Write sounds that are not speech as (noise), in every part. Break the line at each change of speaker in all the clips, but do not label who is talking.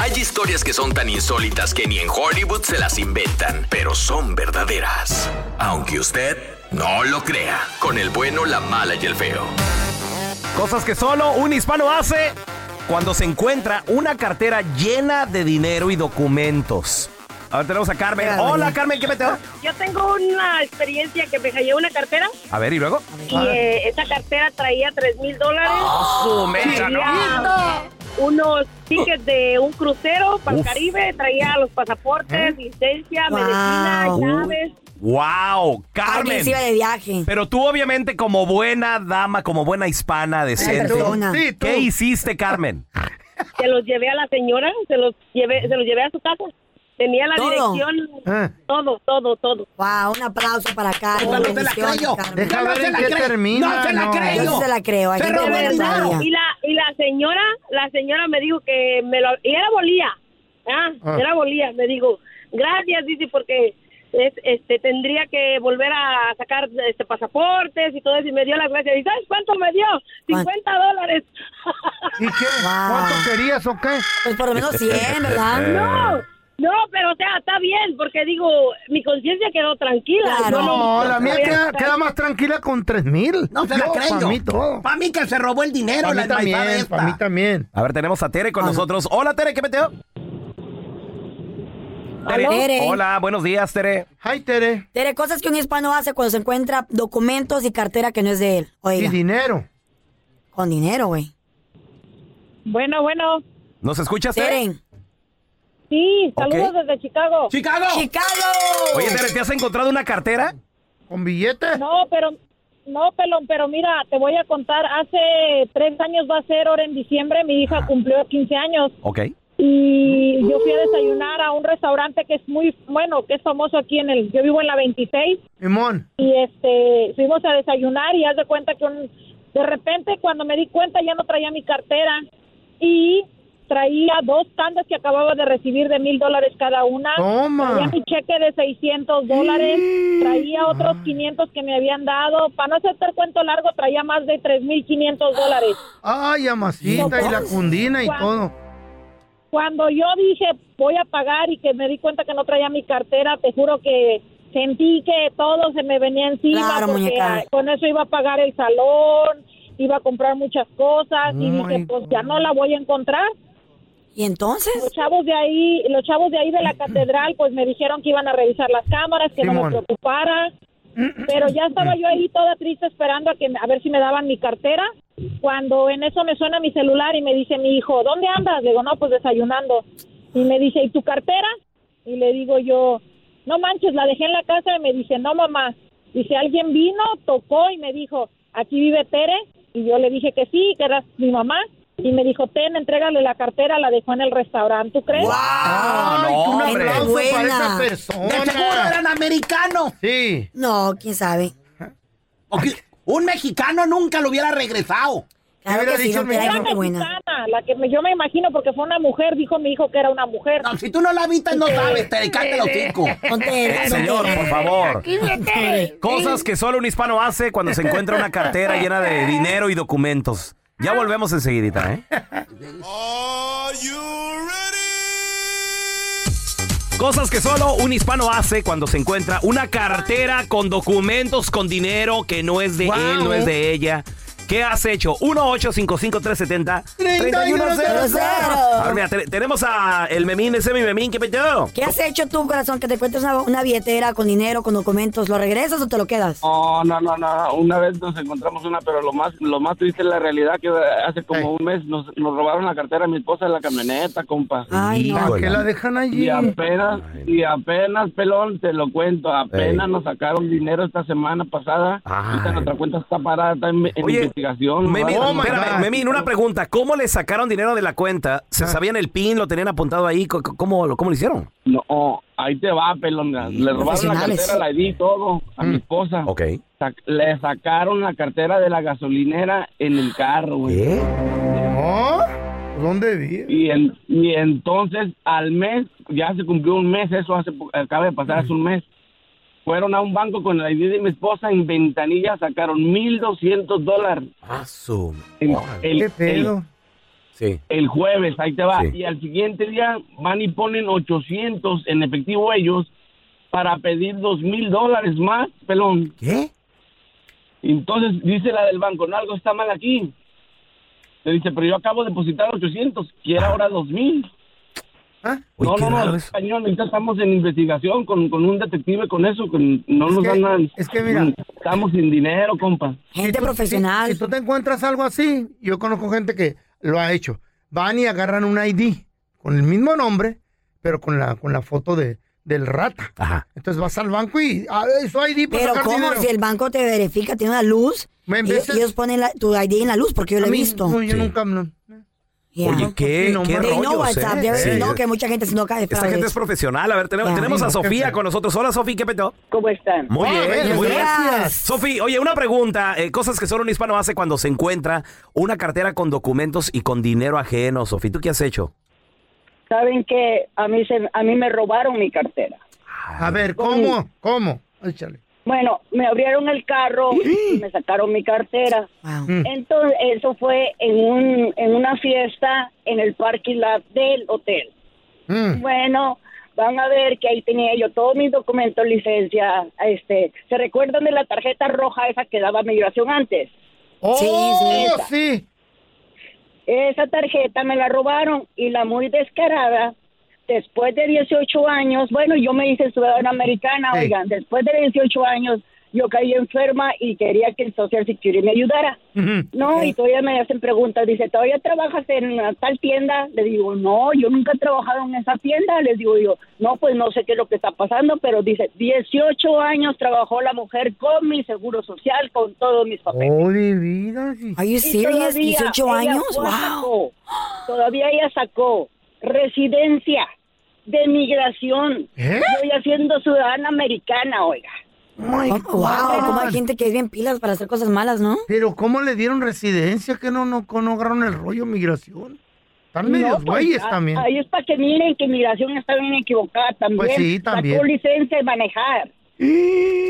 Hay historias que son tan insólitas que ni en Hollywood se las inventan, pero son verdaderas. Aunque usted no lo crea, con el bueno, la mala y el feo.
Cosas que solo un hispano hace cuando se encuentra una cartera llena de dinero y documentos. Ahora tenemos a Carmen.
Carmen.
Hola, Carmen, ¿qué meteo?
Yo tengo una experiencia que me cayó una cartera
A ver, ¿y luego?
y eh, esa cartera traía 3 mil dólares.
¡Ah, su mecha, no!
Traía Unos tickets de un crucero para el
Uf. ¿Eh?
Caribe, traía los pasaportes, licencia, medicina,
Wow.
llaves.
¡Wow! ¡Carmen!
Alguien se iba de viaje.
Pero tú, obviamente, como buena dama, como buena hispana decente,
persona. Sí, tú.
¿qué hiciste, Carmen?
Se los llevé a la señora, se los llevé, se los llevé a su casa. Tenía la
Todo.
dirección,
Ah.
todo, todo, todo.
Wow, un aplauso para Carmen.
No, no te la
bendiciones,
creo.
Carmen.
Deja
No
ver
se
en
la
qué
creo.
termina.
No se la creo.
Yo sí se la creo, hay
Se
gente
robó
buena
el
todavía.
Y la, y la señora, la señora me dijo que me lo... Y era bolía. Ah,
Ah.
era bolía. Me dijo, gracias, dice, porque es- este tendría que volver a sacar este pasaportes y todo eso. Y me dio las gracias. ¿Y sabes cuánto me dio? 50 dólares.
¿Y qué?
Wow.
¿Cuánto querías o qué?
Pues por
(laughs)
lo menos 100, ¿verdad?
no, no, pero o sea, está bien, porque digo, mi conciencia quedó tranquila.
Claro.
No, la mía
voy a
queda,
estar-
queda más tranquila con tres mil.
No se la creo.
Para mí todo.
Pa' mí que se robó el dinero
Para
la
mí
esmaifada
también,
esta. Ah.
para mí también.
A ver, tenemos a Tere con nosotros. Hola, Tere, ¿qué meteo?
¿Aló? Tere.
Hola, buenos días, Tere.
Hi, Tere.
Tere, cosas que un hispano hace cuando se encuentra documentos y cartera que no es de él.
Y
Oiga,
dinero.
con dinero, güey.
Bueno, bueno.
¿Nos escuchas, Tere?
Tere,
Sí, saludos
Ok.
desde Chicago.
Chicago.
Chicago.
Oye, Tere, ¿te has encontrado una cartera?
¿Con billetes?
No, pero no, pelón, pero mira, te voy a contar, hace tres años va a ser ahora en diciembre, mi
Ah.
hija cumplió 15 años
Ok.
y yo fui a desayunar a un restaurante que es muy bueno, que es famoso aquí en el, yo vivo en la 26
Simón.
y este fuimos a desayunar y haz de cuenta que un- de repente cuando me di cuenta ya no traía mi cartera y traía dos tandas que acababa de recibir de mil dólares cada una.
Toma.
Traía mi cheque de 600 dólares, traía otros
Ah.
500 que me habían dado. Para no hacerte el cuento largo, traía más de 3.500 dólares.
Ay, amacita y la cundina y
Guau.
todo.
Cuando yo dije voy a pagar y que me di cuenta que no traía mi cartera, te juro que sentí que todo se me venía encima
Claro,
porque
muñeca.
ah, con eso iba a pagar el salón, iba a comprar muchas cosas
Mm,
y
Oh,
dije
my
pues ya no la voy a encontrar.
¿Y entonces?
Los chavos de ahí, los chavos de
(clears throat)
ahí de la catedral pues me dijeron que iban a revisar las cámaras, que no me
Simón.
preocupara. Pero ya estaba yo ahí toda triste esperando a que a ver si me daban mi cartera. Cuando en eso me suena mi celular y me dice mi hijo, ¿dónde andas? Le digo, no, pues desayunando. Y me dice, ¿y tu cartera? Y le digo yo, no manches, la dejé en la casa. Y me dice, no, mamá. Dice, alguien vino, tocó y me dijo, aquí vive Tere. Y yo le dije que sí, que era mi mamá. Y me dijo, ten, entrégale la cartera, la dejó en el restaurante, ¿tú crees?
Ay, que un
hombre.
aplauso para
Buena.
esa
De seguro
persona.
eran americanos.
Sí.
No, quién sabe.
O que Un mexicano nunca lo hubiera regresado.
Claro
hubiera
que sí,
dicho
no, pero hay
Era
gente buena.
mexicana, la que me- yo me imagino, porque fue una mujer, dijo mi hijo que era una mujer.
No, si tú no la viste, no sabes. Te cállate el hocico.
Ponte,
Eh,
ponte.
señor, por favor. Cosas que solo un hispano hace cuando se encuentra una cartera llena de dinero y documentos. Ya volvemos enseguidita, ¿eh? Cosas que solo un hispano hace cuando se encuentra una cartera con documentos, con dinero que no es de él, no es de ella. ¿Qué has hecho? 1-855-370-3100. A ver, mira, te- tenemos a el memín, ese mi memín, ¿qué peteo?
¿Qué has hecho tú, corazón, que te encuentres una, una billetera con dinero, con documentos? ¿Lo regresas o te lo quedas?
Oh, No, no, no, no. Una vez nos encontramos una, pero lo más, lo más triste es la realidad que hace como un mes nos, nos robaron la cartera a mi esposa en la camioneta, compa.
Ay, no.
¿Para qué la dejan allí?
Y apenas, y apenas, pelón, te lo cuento, apenas
Ey.
nos sacaron dinero esta semana pasada.
Ay.
Ahorita nuestra cuenta está parada, está en,
Oye,
en investigación.
Memín,
nomás.
espérame, Memín, una pregunta. ¿Cómo le sacaron dinero de la cuenta? ¿Se sabían el PIN? ¿Lo tenían apuntado ahí? ¿Cómo, cómo, lo- cómo lo hicieron?
No, ahí te va, pelón. Le robaron la
profesionales.
cartera, la ID, todo a mi esposa.
Mm, Ok.
Sac- le sacaron la cartera de la gasolinera en el carro, güey.
¿Qué?
¿No? ¿Ah? ¿Dónde vive?
Y, en- y entonces al mes, ya se cumplió un mes, eso hace, po- acaba de pasar hace un mes. Fueron a un banco con la ID de mi esposa en ventanilla, sacaron 1.200 dólares.
Ah, su...
El, el-
¿Qué pedo?
Sí.
el- el jueves, ahí te va.
Sí.
Y al siguiente día van y ponen 800 en efectivo ellos para pedir 2.000 dólares más, pelón.
¿Qué?
Entonces dice la del banco, no, algo está mal aquí. Le dice, pero yo acabo de depositar 800, quiere ahora 2000.
¿Ah?
Uy,
no,
qué
no, no,
raro
es
eso.
cañón, ahorita estamos en investigación con, con un detective, con eso, con, no
Es
nos
que-
dan nada.
es que mira.
Estamos sin dinero, compa.
Si
Gente
tú-
profesional.
Si, si tú te encuentras algo así, yo conozco gente que lo ha hecho. Van y agarran un ID con el mismo nombre, pero con la, con la foto de, del rata.
Ajá.
Entonces vas al banco y a ver, su ID para
Pero
sacar
¿cómo?
dinero.
Si el banco te verifica, tiene una luz.
Me- en
ellos,
veces-
ellos ponen la- tu ID en la luz porque yo lo
A
he
mí,
visto.
no, yo
Sí.
nunca. no.
Yeah.
Oye, qué,
no,
qué
hombre.
They know
rollos,
WhatsApp,
¿eh?
ya ves,
Sí.
no, que mucha gente si no cae
Esta
fraude.
gente es profesional. A ver, tenemos,
Ya.
tenemos a
Sí, no,
Sofía
qué
con nosotros. Hola, Sofía, ¿qué petó?
¿Cómo están?
Muy
Ah,
bien, muy bien.
gracias.
Sofi, oye, una pregunta. eh, cosas que solo un hispano hace cuando se encuentra una cartera con documentos y con dinero ajeno. Sofi, ¿tú qué has hecho?
Saben que a mí se, a mí me robaron mi cartera.
A ver, ¿cómo? ¿Cómo? Échale.
Bueno, me abrieron el carro y me sacaron mi cartera.
Wow.
Mm.
Entonces, eso fue en, un, en una fiesta en el parking lot del hotel.
Mm.
Bueno, van a ver que ahí tenía yo todos mis documentos, licencia, este, ¿se recuerdan de la tarjeta roja esa que daba migración antes?
¡Oh,
sí.
sí!
Esa tarjeta me la robaron y la muy descarada, después de 18 años, bueno, yo me hice ciudadana americana,
Sí.
oigan, después de 18 años yo caí enferma y quería que el Social Security me ayudara.
Ujú.
No,
Ok.
y todavía me hacen preguntas, dice, ¿todavía trabajas en la tal tienda? Le digo, no, yo nunca he trabajado en esa tienda, les digo yo, no, pues no sé qué es lo que está pasando, pero dice, 18 años trabajó la mujer con mi seguro social, con todos mis papeles.
¡Oh, de vida! sí.
Are you
Y
serious?
todavía
18
ella
años.
fue,
Wow.
sacó, todavía ella sacó residencia de migración.
¿Eh?
Yo ya siendo ciudadana americana, oiga.
Oh, Wow, como hay gente que es bien pilas para hacer cosas malas, ¿no?
Pero ¿cómo le dieron residencia? Que no, no, no agarraron el rollo migración. Están medios
No, pues,
güeyes
a-
también.
Ahí es para que miren que migración está bien equivocada también.
Pues sí, también. ¡Eh!
Sacó licencia de manejar.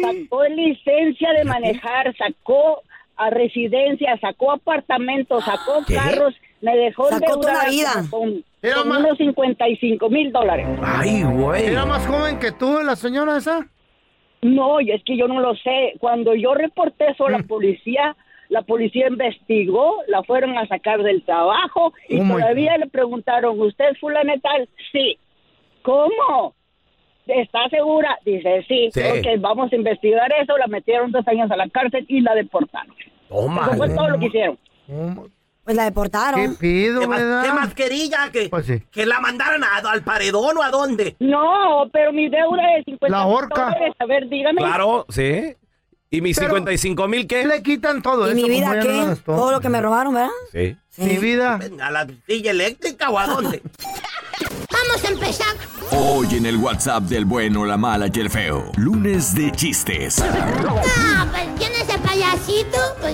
Sacó licencia de manejar, sacó a residencia, sacó apartamentos, sacó carros, me dejó
Sacó toda la
endeudada
vida.
con,
Era
con
más-
unos 55 mil dólares.
Ay, güey.
¿Era más joven que tú, la señora esa?
No, y es que yo no lo sé. Cuando yo reporté eso a
Mm.
la policía, la policía investigó, la fueron a sacar del trabajo y
Oh, my
todavía le preguntaron, ¿usted es fulana de tal? Sí. ¿Cómo? ¿Está segura? Dice, sí.
Sí.
Ok, vamos a investigar eso. La metieron dos años a la cárcel y la deportaron.
Toma.
Oh
Eso fue
güey.
todo lo que hicieron.
¿Cómo?
Pues la
¿Qué
deportaron.
pido,
¿Qué, mas-
verdad?
qué mascarilla? Que,
Pues sí.
que la mandaran a- al paredón o a dónde.
No, pero mi deuda es 50
La
mil
horca.
dólares. A ver, dígame.
Claro, sí. ¿Y mis
Pero-
55 mil
¿Qué
qué?
le quitan todo
¿Y
eso?
mi vida
Como ya no
qué?
las toman.
Todo lo que me robaron, ¿verdad?
Sí.
Sí.
Mi vida.
¿A la silla eléctrica o a dónde?
Hoy en el WhatsApp del bueno, la mala y el feo. Lunes de chistes.
pues,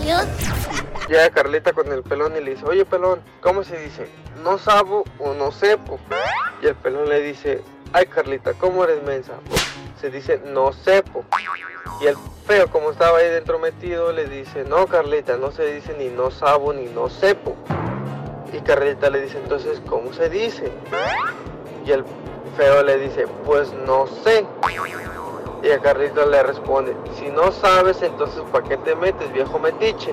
Llega Carlita con el pelón y le dice, oye pelón, ¿cómo se dice? No sabo o no sepo. Y el pelón le dice, ay Carlita, ¿cómo eres mensa? Se dice, no sepo. Y el feo, como estaba ahí dentro metido, le dice, no Carlita, no se dice ni no sabo ni no sepo. Y Carlita le dice, entonces, ¿cómo se dice? Y el feo le dice, pues no sé. Y a Carlita le responde, si no sabes, entonces, ¿para qué te metes, viejo metiche?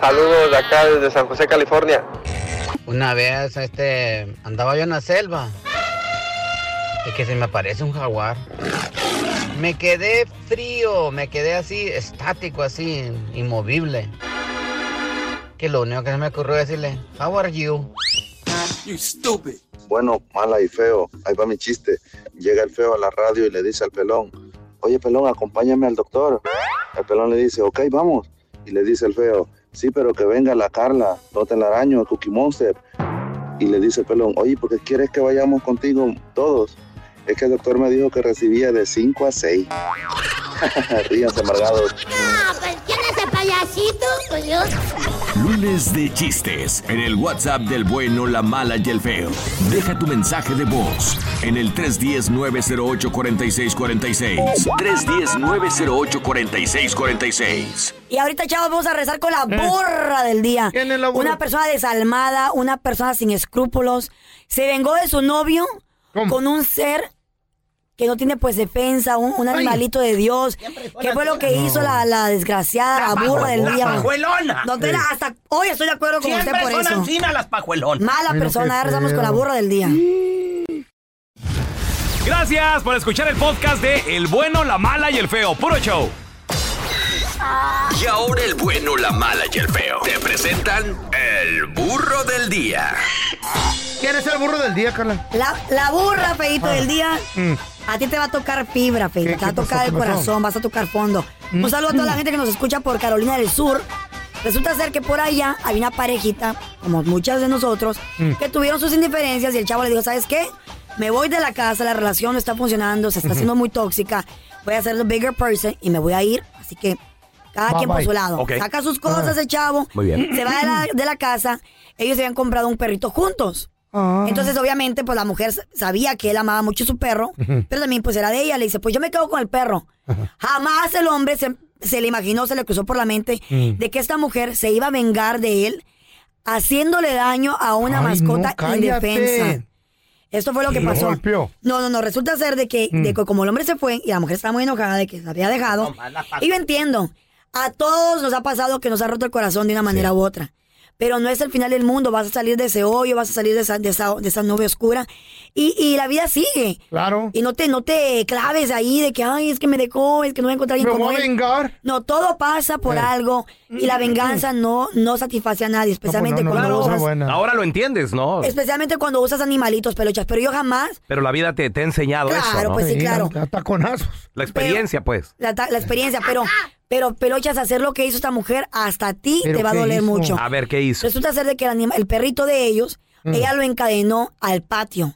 Saludos de acá desde San José, California.
Una vez este andaba yo en la selva y que se me aparece un jaguar. Me quedé frío, me quedé así estático, así inmovible. Que lo único que se me ocurrió decirle, "How are you?"
bueno, mala y feo. Ahí va mi chiste. Llega el feo a la radio y le dice al pelón, oye pelón, acompáñame al doctor. El pelón le dice, ok, vamos. Y le dice el feo, sí, pero que venga la Carla, Tote el Araño, Cookie Monster. Y le dice el pelón, oye, ¿por qué quieres que vayamos contigo todos? Es que el doctor me dijo que recibía de 5 a 6. (laughs) Ríanse amargados.
No, pues ¿quién es el payasito? Pues yo.
Lunes de chistes en el WhatsApp del bueno, la mala y el feo. Deja tu mensaje de voz en el 310-908-4646. 310-908-4646.
Y ahorita, chavos, vamos a rezar con la
Eh.
borra del día. Una persona desalmada, una persona sin escrúpulos, se vengó de su novio con un ser que no tiene pues defensa, un, un animalito de Dios. ¿Qué fue lo que hizo la, la desgraciada, la,
La
burra del
pajuelona.
día?
La pajuelona.
Don Tela,
Sí.
hasta hoy estoy de acuerdo con
Siempre
usted por
son
eso.
ancina las pajuelonas.
Mala persona, ahora rezamos con la burra del día.
Gracias por escuchar el podcast de El bueno, la mala y el feo. Puro show.
Y ahora el bueno, la mala y el feo. Te presentan el burro del día.
¿Quién es el burro del día, Carla?
La, la burra, feito
Ah.
del día.
Mm.
A ti te va a tocar fibra, feito. Te va a
pasó?
tocar
¿Qué
el
pasó?
corazón, vas a tocar fondo.
Mm.
Un saludo a toda la
Mm.
gente que nos escucha por Carolina del Sur. Resulta ser que por allá hay una parejita, como muchas de nosotros,
Mm.
que tuvieron sus indiferencias y el chavo le dijo, ¿sabes qué? Me voy de la casa, la relación no está funcionando, se está
Ujú.
haciendo muy tóxica. Voy a ser the bigger person y me voy a ir. Así que cada
Bye,
quien por
bye.
su lado.
Ok.
Saca sus cosas
Ah.
el chavo.
Muy bien.
Se va
(laughs)
de la, de la casa. Ellos habían comprado un perrito juntos.
Ah.
Entonces, obviamente, pues la mujer sabía que él amaba mucho su perro,
Ujú.
pero también pues era de ella. Le dice, pues yo me quedo con el perro. Jamás el hombre se, se le imaginó, se le cruzó por la mente
Mm.
de que esta mujer se iba a vengar de él haciéndole daño a una
Ay, no,
mascota
cállate.
indefensa. Esto fue lo que
Lo
pasó.
golpeó.
No, no, no. Resulta ser de que, de que como el hombre se fue y la mujer estaba muy enojada de que se había dejado. Y yo entiendo. A todos nos ha pasado que nos ha roto el corazón de una manera u otra. Pero no es el final del mundo. Vas a salir de ese hoyo, vas a salir de esa, de esa, de esa nube oscura. Y, y la vida sigue.
Claro.
Y no te, no te claves ahí de que, ay, es que me dejó, es que no voy a encontrar a alguien
Me
como
voy a
él".
vengar. Mm.
No, todo pasa por
Eh.
algo. Y la venganza no, no satisface a nadie,
pues
especialmente cuando usas.
Ahora lo entiendes, ¿no?
Especialmente cuando usas animalitos, peluchas. Pero yo jamás
Pero la vida te, te ha enseñado
Claro,
eso, ¿no?
pues sí, claro.
La experiencia, pues.
la, ta- la experiencia, pero, pero pelochas, hacer lo que hizo esta mujer, hasta a ti
¿Pero
te va a
qué
doler
hizo?
mucho.
A ver, ¿qué hizo?
Resulta ser de que el, anima- el perrito de ellos,
Mm.
ella lo encadenó
(laughs)
al patio.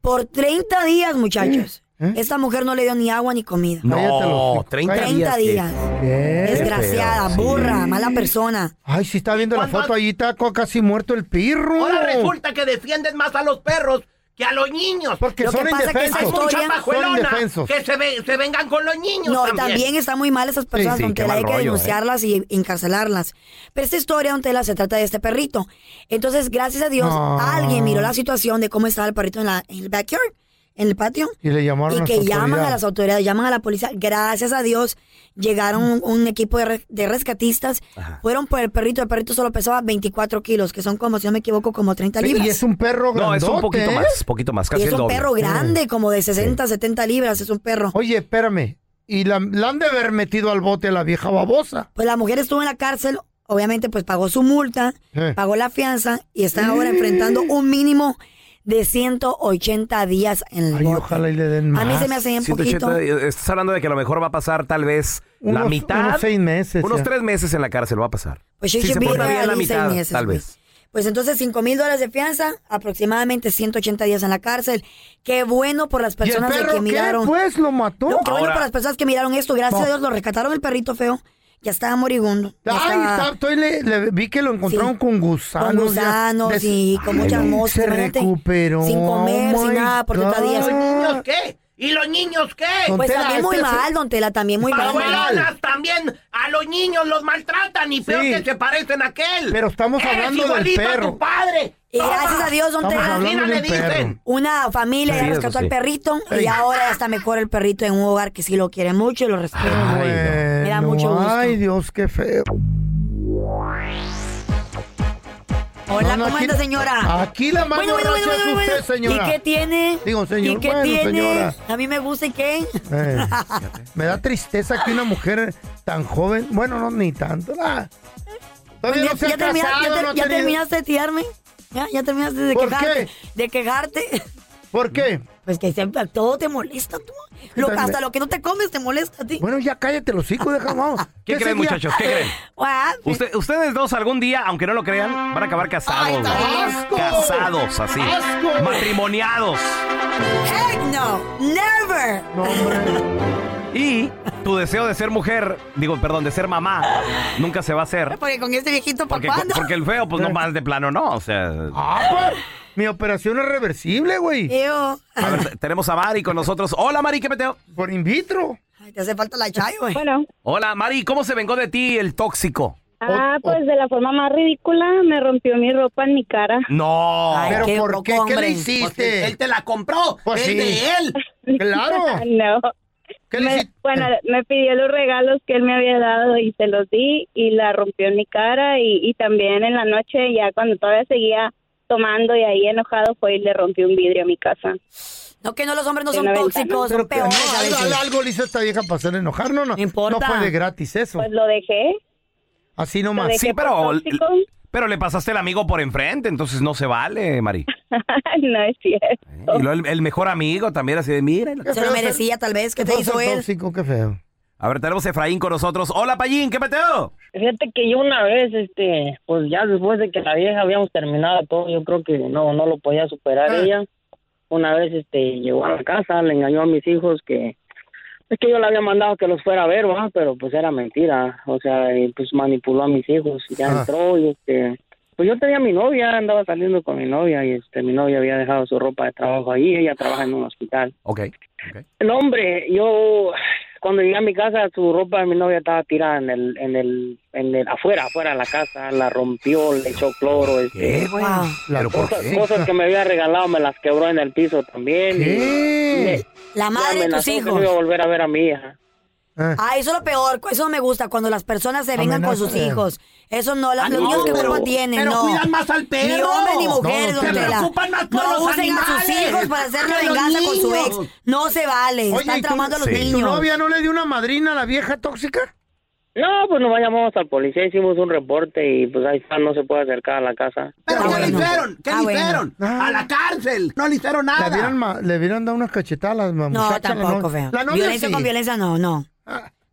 Por 30 días, muchachos. Esta mujer no le dio ni agua ni comida.
¿Eh? No, 30,
30 días. Desgraciada, Ah, burra, mala persona.
Ay, sí está viendo la foto, ahí está co- casi muerto el pirro.
Ahora resulta que defienden más a los perros que a los niños. Porque
Lo que son pasa es que indefensos. esa
Hay
historia-
muchas
son
pajuelonas
indefensos.
que se, ve- se vengan con los niños
No, y
también.
también están muy mal esas personas,
Sí, sí,
don
qué
Tela, Hay
mal
que
rollo,
denunciarlas y encarcelarlas. Pero esta historia, don Tela, se trata de este perrito. Entonces, gracias a Dios,
Ah.
alguien miró la situación de cómo estaba el perrito en, la- en el backyard, en el patio.
Y le llamaron
Y
las
que llaman a
autoridades.
las autoridades, llaman a la policía. Gracias a Dios llegaron un, un equipo de, re- de rescatistas. Fueron por el perrito. El perrito solo pesaba 24 kilos, que son como, si no me equivoco, como 30 libras.
perro
No, es un
grandote,
poquito
¿eh?
más, poquito más,
Y
casi
es
el
un
doble.
perro grande, como de 60, 70 libras. Es un perro.
Oye, espérame. Y la, la han de haber metido al bote la vieja babosa.
Pues la mujer estuvo en la cárcel, obviamente pues pagó su multa,
Eh.
pagó la fianza y está ahora enfrentando un mínimo de 180 días en el
Ay,
bote.
ojalá y le den más.
A mí se me hace bien
180,
poquito.
eh, estás hablando de que a lo mejor va a pasar tal vez la
Unos-
mitad.
unos seis meses,
Unos
ya.
tres meses en la cárcel va a pasar.
Pues she
si
should
se
be
porta
there
bien
at
la
least seis
mitad,
meses,
tal
güey.
vez.
Pues entonces 5 mil dólares de fianza, aproximadamente 180 días en la cárcel. Qué bueno por las personas de
perro
que
qué,
miraron.
pues? ¿Lo mató?
No, qué bueno
Ahora-
por las personas que miraron esto. Gracias
No.
a Dios lo rescataron el perrito feo. Ya estaba moribundo. Ya
Ay,
estaba-
está- estoy- le, le- vi que lo encontraron
Sí.
con gusanos.
Con
ya.
gusanos
Des-
y con muchas
Ay,
moscas,
Se
imagínate.
recuperó.
Sin comer,
Oh,
sin
my
nada, por 30 días.
God.
¿Niños qué? ¿Y los niños qué?
Don
Pues
Tela,
también
este
muy
es-
mal, don Tela, también muy mal.
Pajuelonas también a los niños los maltratan y peor que se parecen a aquel.
Pero estamos
Eres
hablando del
igualito a
perro.
tu padre.
Y
Toma.
gracias a Dios, don
Estamos
Tela.
hablando de un perro.
Una familia
Sí,
ya
eso
rescató
sí.
al perrito y
Ey.
ahora ya está mejor el perrito en un hogar que sí lo quiere mucho y lo respeta. Me
Bueno,
da mucho gusto.
Ay, Dios, qué
(laughs)
feo.
Hola,
No, no,
¿cómo
aquí-
anda, señora?
Aquí la más borracha es usted, señora.
¿Y qué tiene?
Digo, señor,
¿Y qué
bueno,
tiene?
señora.
A mí me gusta y qué. (laughs)
Eh, me da tristeza que una mujer tan joven, bueno, no ni tanto, nada. Todavía
Pues Ya,
no se ha
ya termina- ya
casado,
ter-
no ha
ya
tenido-
terminaste de tirarme. Ya, ya terminaste de
¿Por
quejarte. De quejarte.
¿Por qué?
Pues que siempre todo te molesta tú. Lo- hasta lo que no te comes te molesta a ti.
Bueno, ya cállate los hijos,
(laughs)
dejamos.
¿Qué creen, muchachos?
(laughs)
¿Qué creen?
What?
Usted- ustedes dos algún día, aunque no lo crean, van a acabar casados. güey.
asco!
Casados, así.
¡Asco!
Matrimoniados.
Heck no, never.
Y tu deseo de ser mujer, digo, perdón, de ser mamá, nunca se va a hacer.
(laughs) Porque con este viejito, ¿para
Porque,
cuándo?
porque el feo, pues no más de plano, no. O sea.
Ah, pues, Mi operación es reversible, güey.
A ver, te- tenemos a Mari con nosotros. Hola, Mari, ¿qué meteo?
Por in vitro.
Ay, te hace falta la chayo, güey.
Bueno.
Hola, Mari, ¿cómo se vengó de ti el tóxico?
Ah, pues de la forma más ridícula me rompió mi ropa en mi cara.
No.
¿Pero por qué? ¿Qué le
Porque
hiciste?
él te la compró.
Pues
es
sí.
de él.
(laughs) no. Me- bueno, me pidió los regalos que él me había dado y se los di y la rompió en mi cara y, y también en la noche ya cuando todavía seguía tomando y ahí enojado fue y le rompió un vidrio a mi casa.
No, que no, los hombres no
En
son
la ventana.
tóxicos, son
Pero que-
peores.
no,
a veces.
no, no.
Algo le hizo esta vieja para hacer enojar, no, no. No
importa.
fue de gratis eso. Pues
lo dejé. (laughs)
Así nomás.
Lo dejé
Sí, pero,
por tóxico.
pero le pasaste el amigo por enfrente, entonces no se vale, Mari.
no es cierto.
Oh.
Y luego el, el mejor amigo también, así de, mira.
Se lo merecía tal vez, que te hizo él?
Tóxico, qué feo.
A ver, tenemos a Efraín con nosotros. Hola, Payín, ¿qué meteo?
Fíjate que yo una vez, este, pues ya después de que la vieja habíamos terminado todo, yo creo que no, no lo podía superar ella. Una vez, este, llegó a la casa, le engañó a mis hijos que es que yo le había mandado que los fuera a ver, ¿verdad? pero pues era mentira, o sea, y, pues manipuló a mis hijos, ya
Ah.
entró y este, pues yo tenía a mi novia, andaba saliendo con mi novia y este, mi novia había dejado su ropa de trabajo ahí, ella trabaja en un hospital.
Ok.
El hombre, yo cuando llegué a mi casa, su ropa de mi novia estaba tirada en el, en el, en el, afuera, afuera de la casa, la rompió, le echó cloro, este, cosas, cosas que me había regalado me las quebró en el piso también.
¿Qué? La madre de tus hijos.
Voy a volver a ver a mi hija.
Ah, eso es lo peor, eso no me gusta, cuando las personas se vengan con sus
Amenaza.
hijos. Eso no, la-
Ah,
los
no,
niños que
pero-
culpa tienen,
pero
no.
cuidan más al
Ni
perro.
hombres ni mujeres,
No,
don
se
Tela.
preocupan más por
No
los
usen a sus
animales
hijos para hacer la
que los
venganza con su
niños.
ex. No se vale,
Oye,
están
¿y tu-
tramando a los
sí.
niños.
¿Tu novia no le dio una madrina a la vieja tóxica?
No, pues nos llamamos al policía, hicimos un reporte y pues ahí está, no se puede acercar a la casa.
¿Pero qué
Ah,
le hicieron? ¿Qué le hicieron?
Ah.
A la cárcel. No le hicieron
Le
nada.
hubieran, ma- le hubieran dado unas cachetadas a la ma-
No,
muchacha, la
tampoco,
no-
feo.
La novia
violencia
sí. Ah.
con violencia no, no.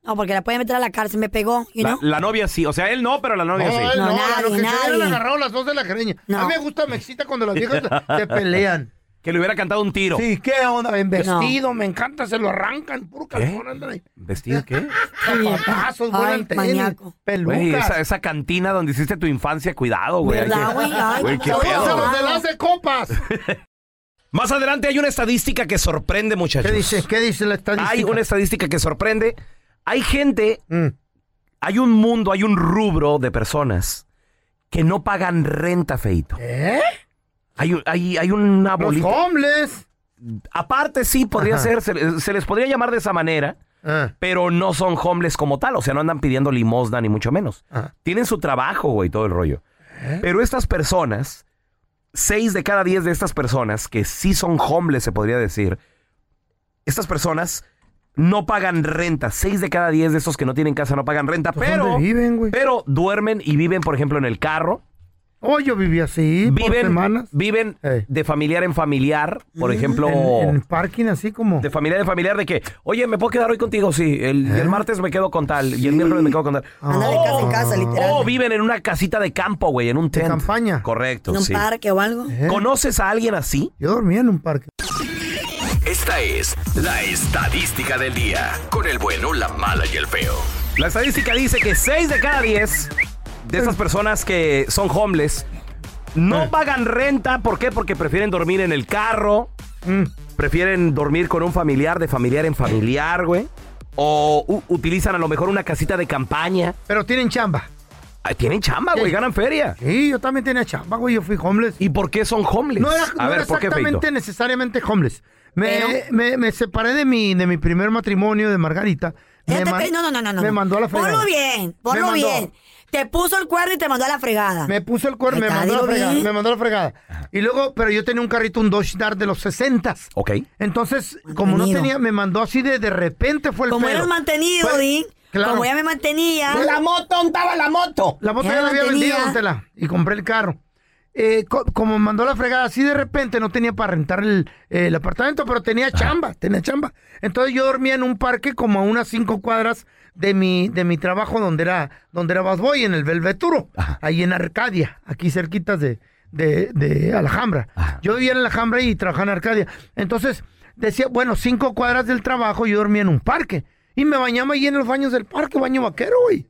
No, porque la pueden meter a la cárcel, me pegó, you
La,
know?
la novia sí, o sea, él no, pero la novia
No,
sí.
él no,
No,
a lo que
nadie,
se hubieran
nadie.
agarrado a las dos de la greña. A mí me gusta, me excita cuando las
(laughs)
viejas se pelean.
Que le hubiera cantado un tiro.
Sí, qué onda, en
No.
vestido, me encanta, se lo arrancan, puro
¿Eh?
calzón,
¿Eh?
andan ahí.
¿Vestido qué?
Zapatazos, vuelan tenis, pelucas.
Güey, esa, esa cantina donde hiciste tu infancia, cuidado, güey.
Pues,
¿Verdad,
Hay que-
güey? Ay,
Güey, qué
saludos
pedo.
a los de las de copas.
(laughs) Más adelante hay una estadística que sorprende, muchachos. ¿Qué dice?
¿Qué dice la estadística?
Hay una estadística que sorprende. Hay gente,
Mm.
hay un mundo, hay un rubro de personas que no pagan renta, feito.
¿Eh?
Hay, un- hay, hay una
Los
bolita.
homeless.
Aparte, sí, podría
Ajá.
ser, se, le- se les podría llamar de esa manera,
Ah.
pero no son homeless como tal, o sea, no andan pidiendo limosna ni mucho menos. Tienen su trabajo, güey, todo el rollo.
¿Eh?
Pero estas personas, seis de cada diez de estas personas que sí son homeless, se podría decir, estas personas no pagan renta. Seis de cada diez de estos que no tienen casa no pagan renta, pero, pero duermen y viven, por ejemplo, en el carro.
Oh, yo viví así por
Viven,
semanas.
viven de familiar en familiar, por ejemplo.
En, en parking así como...
De familiar de familiar de que, oye, ¿me puedo quedar hoy contigo? Sí, el,
¿Eh?
el martes me quedo con tal y el miércoles me quedo con tal.
Ah.
Anda de casa en
Oh.
casa, literal.
O viven en una casita de campo, güey, en un tent. campaña. Correcto,
En un
sí.
parque o algo.
¿Conoces a alguien así?
¿Eh? Yo dormía en un parque.
Esta es la estadística del día con el bueno, la mala y el feo.
La estadística dice que 6 de cada 10 de esas personas que son homeless
Eh.
no pagan renta. ¿Por qué? Porque prefieren dormir en el carro.
Mm.
Prefieren dormir con un familiar, de familiar en familiar, güey. O u- utilizan a lo mejor una casita de campaña.
Pero tienen chamba.
Ah, tienen chamba, güey.
Sí.
Ganan feria.
Sí, yo también tenía chamba, güey. Yo fui homeless.
¿Y por qué son homeless?
No era,
A
no
ver,
era
¿por qué,
exactamente
Feito?
necesariamente homeless. Me, me, me separé de mi, de mi primer matrimonio, de Margarita. Me
Te
man-
pe- No, no, no, no, no.
Me mandó a la fregada.
Ponlo bien, ponlo
Me mandó.
bien. Te puso el cuerno y te mandó a la fregada.
Me puso el cuerno,
Ahí
me
está,
mandó a la
dilo
fregada.
bien.
Me mandó a la fregada. Y luego, pero yo tenía un carrito, un Dodge Dart de los 60.
Ok.
Entonces, como no
Mantenido.
tenía, me mandó así de, de repente fue el
Como
pedo.
eras mantenido,
Fue-
Din,
Claro.
como ya me mantenía.
La moto,
¿dónde estaba la moto?
La moto
Ya
ya la
la
había
mantenía.
vendido, don Tela, y compré el carro. eh, co- como mandó la fregada, así de repente no tenía para rentar el, el apartamento, pero tenía chamba, tenía chamba. Entonces yo dormía en un parque como a unas cinco cuadras de mi, de mi trabajo donde era, donde era Bad Boy, en el Belveturo, ahí en Arcadia, aquí cerquitas de, de, de Alhambra. Yo vivía en Alhambra y trabajaba en Arcadia. Entonces decía, bueno, cinco cuadras del trabajo, yo dormía en un parque. Y me bañaba ahí en los baños del parque, baño vaquero, güey.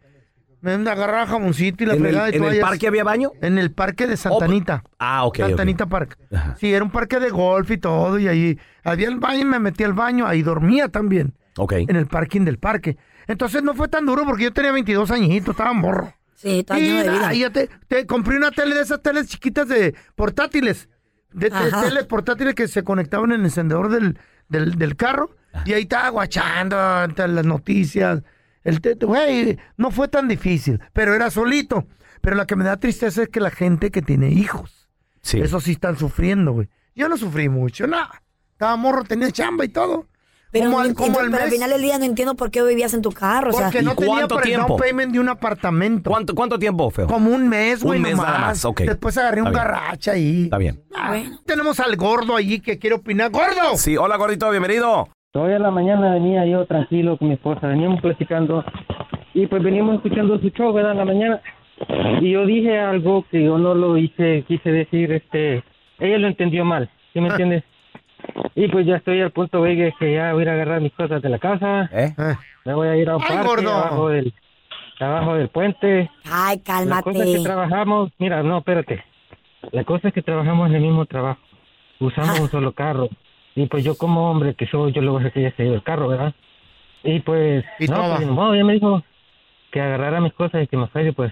Me agarraba jamoncito y la
¿En el-
fregada y
en el
toallas.
parque había baño?
En el parque de Santa Anita.
Ah, ok. ok.
Santa Anita Park. Sí, era un parque de golf y todo, y ahí había el baño, y me metí al baño, ahí dormía también.
Ok.
En el parking del parque. Entonces no fue tan duro porque yo tenía 22 añitos, estaba morro.
Sí, estaba
Y
lleno de vida.
nada, y yo te, te compré una tele de esas teles chiquitas de portátiles. De, de
Ajá.
teles portátiles que se conectaban en el encendedor del, del, del carro.
Ah.
Y ahí estaba guachando entre las noticias. El te- güey, no fue tan difícil, pero era solito. Pero la que me da tristeza es que la gente que tiene hijos.
Sí.
Eso sí están sufriendo, güey. Yo no sufrí mucho, nada. Estaba morro, tenía chamba y todo.
Pero,
como
no
al, como
entiendo,
al
pero al
mes.
final del día no entiendo por qué vivías en tu carro. o
Porque
sea,
no tenía para el down payment de un apartamento.
¿Cuánto, cuánto tiempo, feo?
Como un mes, güey.
Un mes
nomás.
nada más, ok.
Después agarré un
Está bien.
garracha ahí.
Está bien.
Ah, Tenemos al gordo allí que quiere opinar. ¡Gordo!
Sí, hola gordito, bienvenido.
Hoy en la mañana venía yo tranquilo con mi esposa, veníamos platicando y pues veníamos escuchando su show, ¿verdad? En la mañana. Y yo dije algo que yo no lo hice, quise decir, este, ella lo entendió mal, ¿sí me entiendes? Y pues ya estoy al punto, güey, de que ya voy a ir a agarrar mis cosas de la casa, me voy a ir a un
¿Eh? Ay,
parque
gordo.
abajo del, abajo del puente.
Ay,
La cosa es que
cálmate.
trabajamos, mira, no, espérate. La cosa es que trabajamos en el mismo trabajo. Usamos un solo carro. Y pues yo como hombre que soy, yo le voy a decir que ya se lleva el carro, ¿verdad? Y pues,
Y
no,
toma.
pues, ni modo, ella me dijo que agarrara mis cosas y que me fuera y pues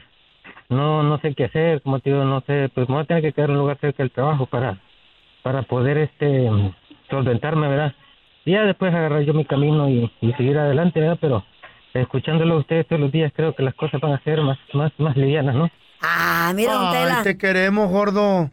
no no sé qué hacer, como te digo, no sé, pues me voy a tener que quedar en un lugar cerca del trabajo para para poder este solventarme, ¿verdad? Y ya después agarrar yo mi camino y, y seguir adelante, ¿verdad? Pero escuchándolo a ustedes todos los días, creo que las cosas van a ser más más más livianas, ¿no?
Ah, mira, don
Ay,
Tela.
te queremos,
(laughs)
gordo.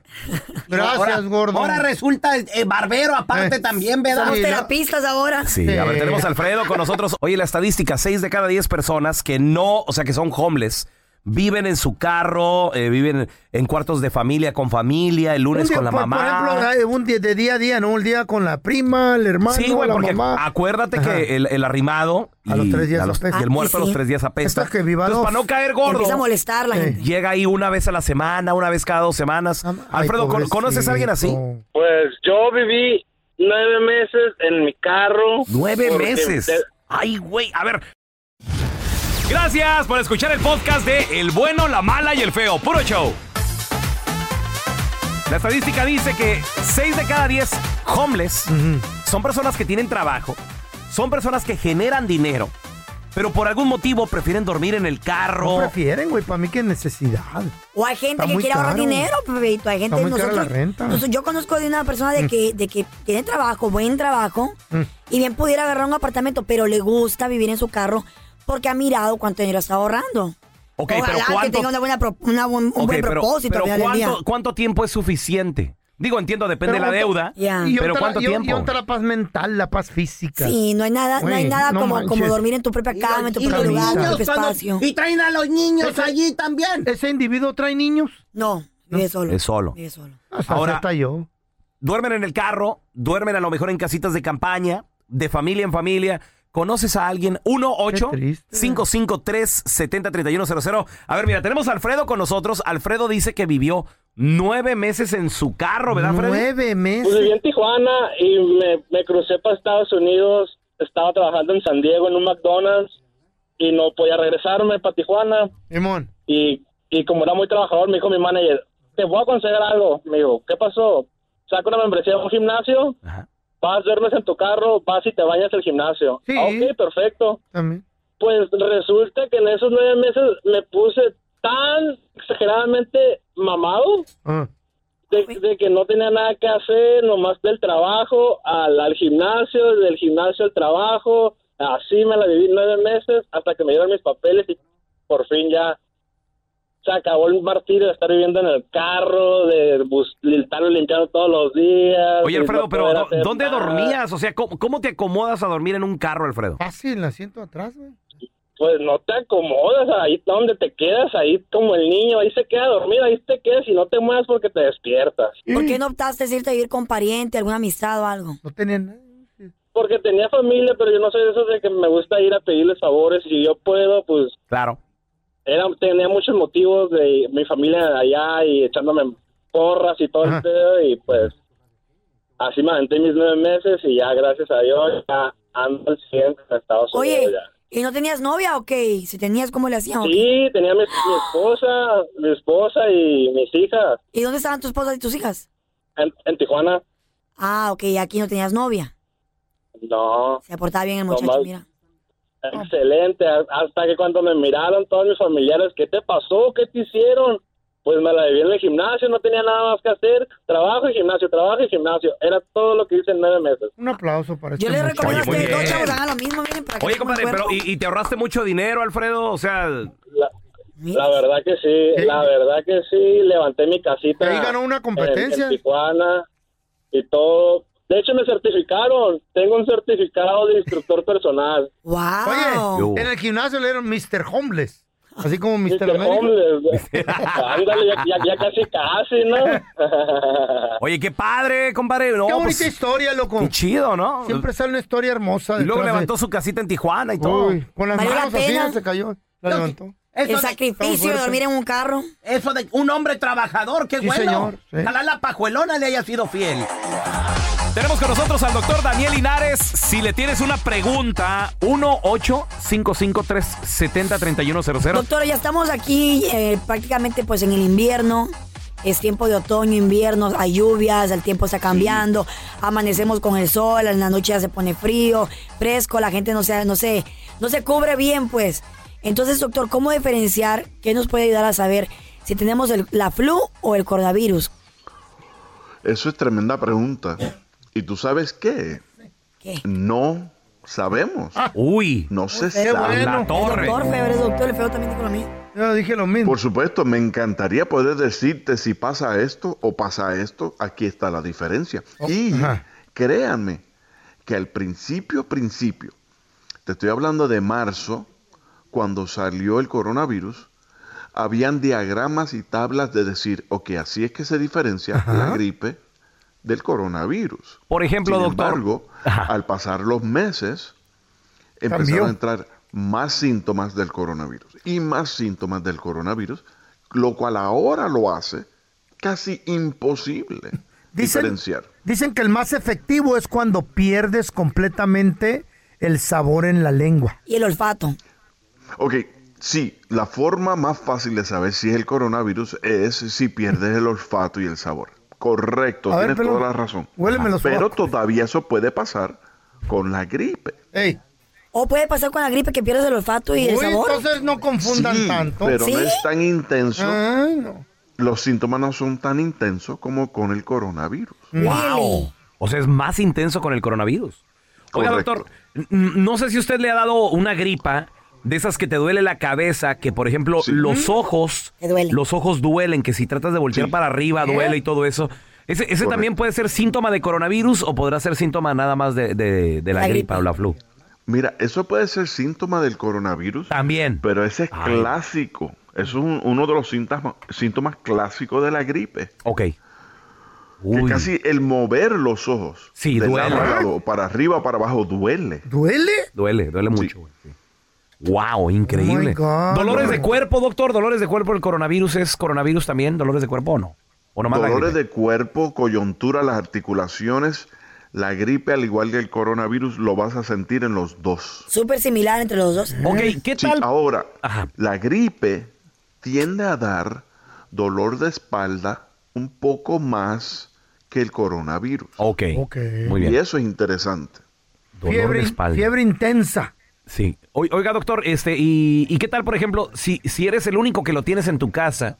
Gracias,
Ahora-
gordo.
Ahora resulta eh, barbero aparte
Eh,
también, ¿verdad?
Somos terapistas ahora.
Sí, a ver, tenemos a Alfredo con nosotros. Oye, la estadística, 6 de cada 10 personas que no, o sea, que son homeless, viven en su carro, eh, viven en cuartos de familia, con familia, el lunes
Un día,
con la
por-
mamá.
Por ejemplo, hay un día de día a día, ¿no? El día con la prima, el hermano,
sí, güey,
la
porque
mamá.
acuérdate
Ajá.
que el, el arrimado
A los
y
tres días
a los-
apesta.
y el
Ah,
muerto a
sí.
los tres días apesta.
Estas que viva
Entonces,
dos.
para no caer gordo.
Empieza a molestar la gente.
Llega ahí una vez a la semana, una vez cada dos semanas. Alfredo, ¿con- ¿conoces a alguien así?
Pues yo viví nueve meses en mi carro.
Nueve
porque
meses.
de-
Ay, güey, a ver. Gracias por escuchar el podcast de El bueno, la mala y el feo. Puro show. La estadística dice que 6 de cada 10 homeless son personas que tienen trabajo, son personas que generan dinero, pero por algún motivo prefieren dormir en el
No
carro.
prefieren, güey, para mí qué necesidad.
O hay gente
Está
que
muy
quiere ahorrar
caro.
dinero, Pepeito. Hay gente
Está muy cara
nosotros,
la renta.
nosotros- yo conozco de una persona de que, de que tiene trabajo, buen trabajo,
Mm.
y bien pudiera agarrar un apartamento, pero le gusta vivir en su carro porque ha mirado cuánto dinero está ahorrando.
Ok, pero
Ojalá que
¿cuánto-
tenga una buena pro- una buen- un
Ok,
buen
pero-
propósito
pero
al final del día.
¿cuánto, cuánto tiempo es suficiente? Digo, entiendo, depende de la deuda,
Y
pero
ahorita
¿cuánto
la, y-
tiempo?
Y ahorita la paz mental, la paz física.
Sí, no hay nada, no hay
Güey,
nada
no
como, como
manches.
dormir en tu propia cama, en tu
y
propio
los
lugar, en tu
niños
propio
cuando-
espacio.
Y traen a los niños allí también.
¿Ese individuo trae niños?
(laughs)
No, vive solo.
Es solo.
Vive solo.
Ahora-
Ahora Ah, yo.
duermen en el carro, duermen a lo mejor en casitas de campaña, de familia en familia. ¿Conoces a alguien? 1 8 553 703100 A ver, mira, tenemos a Alfredo con nosotros. Alfredo dice que vivió nueve meses en su carro, ¿verdad, Alfredo?
Nueve
Pues viví en Tijuana y me, me crucé para Estados Unidos. Estaba trabajando en San Diego en un McDonald's y no podía regresarme para Tijuana. Y, y como era muy trabajador, me dijo mi manager, te voy a aconsejar algo. Me dijo, ¿qué pasó? Saca una membresía de un gimnasio, vas, duermes en tu carro, vas y te bañas al gimnasio. Ah, ok, perfecto.
También.
Pues resulta que en esos nueve meses me puse tan exageradamente mamado de, de que no tenía nada que hacer, nomás del trabajo al, al gimnasio, del gimnasio al trabajo. Así me la viví nueve meses hasta que me dieron mis papeles y por fin ya se acabó el martirio de estar viviendo en el carro, de bus- de estarlo limpiando todos los días.
Oye,
y
Alfredo,
no
pero
poder
¿dó-
hacer
¿dónde
nada.
dormías? O sea, ¿cómo, cómo te acomodas a dormir en un carro, Alfredo?
Fácil, asiento atrás, güey.
pues no te acomodas, ahí donde te quedas, ahí como el niño, ahí se queda dormido, ahí te quedas y no te mueves porque te despiertas.
¿Por qué no optaste irte a vivir con pariente, alguna amistad o algo?
No tenían
Porque tenía familia, pero yo no soy de esos de que me gusta ir a pedirles favores. Si yo puedo, pues
Claro.
era, tenía muchos motivos de mi familia allá y echándome porras y todo el pedo y pues así me aventé mis nueve meses y ya gracias a Dios ya ando al 100 en Estados
Oye,
Unidos ya.
¿y no tenías novia o qué? ¿Y Si tenías, ¿cómo le hacían? o qué?
Sí, tenía mi, mi esposa, mi esposa y mis hijas
¿Y dónde estaban tu esposa y tus hijas?
en, en Tijuana.
Ah, ok, aquí no tenías novia.
No.
Se portaba bien el muchacho,
Nomás-
mira. Ah.
Excelente, a- hasta que cuando me miraron todos mis familiares, ¿qué te pasó? ¿Qué te hicieron? Pues me la viví en el gimnasio, no tenía nada más que hacer. Trabajo y gimnasio, trabajo y gimnasio. Era todo lo que hice en nueve meses.
Un aplauso para este
Yo les recomiendo a
Oye, muy
ustedes dos
bien.
chavos, hagan lo mismo, miren, para que
Oye,
se pongan
compadre,
de
pero
acuerdo.
¿y, y te ahorraste mucho dinero, Alfredo? O sea,
La verdad que sí, la verdad que sí. Levanté mi casita.
Ahí ganó una
en-
competencia.
En, Tijuana y todo. De hecho, me certificaron. Tengo un certificado de instructor personal.
Oye, en el gimnasio le dieron Mr. Homeless. Así como Mr.
Mr.
América.
Homeless.
(laughs)
Ah, Ándale, ya, ya- ya casi, casi, ¿no?
(laughs) oye, qué padre, compadre. No,
Qué bonita
pues,
historia, loco.
Qué chido, ¿no?
Siempre sale una historia hermosa.
Y
detrás
luego
de-
levantó su casita en Tijuana y todo.
Uy, con las
¿Valió la
manos así,
pena?
se cayó. La levantó.
El sacrificio de dormir en un carro.
Eso de un hombre trabajador, qué
Sí,
bueno.
señor, sí.
Ojalá la pajuelona le haya sido fiel.
Tenemos con nosotros al doctor Daniel Linares. Si le tienes una pregunta, 1 8 70 3100
Doctor, ya estamos aquí eh, prácticamente pues en el invierno. Es tiempo de otoño, invierno, hay lluvias, el tiempo está cambiando, amanecemos con el sol, en la noche ya se pone frío, fresco, la gente no se, no se, no se cubre bien, pues. Entonces, doctor, ¿cómo diferenciar? ¿Qué nos puede ayudar a saber si tenemos el- la flu o el coronavirus?
Eso es tremenda pregunta. ¿Y tú sabes qué? No sabemos.
Uy.
No se sabe.
Qué bueno. El doctor Febre, doctor, el feo también dijo lo mismo.
Yo dije lo mismo.
Por supuesto, me encantaría poder decirte si pasa esto o pasa esto. Aquí está la diferencia.
Oh,
y créanme que al principio, principio, te estoy hablando de marzo, cuando salió el coronavirus, habían diagramas y tablas de decir, ok, así es que se diferencia la gripe del coronavirus.
Por ejemplo,
Sin
doctor.
embargo, al pasar los meses, empezaron
Cambió.
a entrar más síntomas del coronavirus y más síntomas del coronavirus, lo cual ahora lo hace casi imposible
(laughs) Dicen-
diferenciar.
Dicen que el más efectivo es cuando pierdes completamente el sabor en la lengua.
Y el olfato.
Ok, sí, la forma más fácil de saber si es el coronavirus es si pierdes el olfato y el sabor. Correcto,
A ver,
tienes
pelón,
toda la razón.
huéleme los
Pero
sobacos.
todavía eso puede pasar con la gripe.
O puede pasar con la gripe que pierdes el olfato y el
Uy,
sabor.
entonces no confundan
Sí,
tanto.
Pero
¿Sí?
no es tan intenso.
Ay, no.
Los síntomas no son tan intensos como con el coronavirus.
¡Wow! O sea, es más intenso con el coronavirus. Oiga,
Correcto.
doctor, n- n- no sé si usted le ha dado una gripa de esas que te duele la cabeza, que por ejemplo los ojos, los ojos duelen, que si tratas de voltear para arriba
¿Eh?
duele y todo eso. Ese, ese también puede ser síntoma de coronavirus o podrá ser síntoma nada más de, de- de la,
La
gripa, o la flu.
Mira, eso puede ser síntoma del coronavirus.
También.
Pero ese es clásico. Eso es un- uno de los síntomas, síntomas clásicos de la gripe.
Ok.
Que casi el mover los ojos.
Sí,
de
duele.
lado a lado, para arriba o para abajo, duele.
¿Duele?
Duele, duele mucho. güey, sí. Wow, increíble.
God.
dolores de cuerpo, doctor, dolores de cuerpo. El coronavirus es coronavirus también, dolores de cuerpo o no. O nomás la
Dolores
gripe?
de cuerpo, coyuntura, las articulaciones. La gripe, al igual que el coronavirus, lo vas a sentir en los dos.
Súper similar entre los dos.
¿qué
Sí, ahora, la gripe tiende a dar dolor de espalda un poco más que el coronavirus.
Ok. Muy bien.
Y eso es interesante.
Dolor Fiebre- de espalda.
Fiebre intensa.
Sí. Oi- Oiga, doctor, este, ¿y, y qué tal, por ejemplo, si, si eres el único que lo tienes en tu casa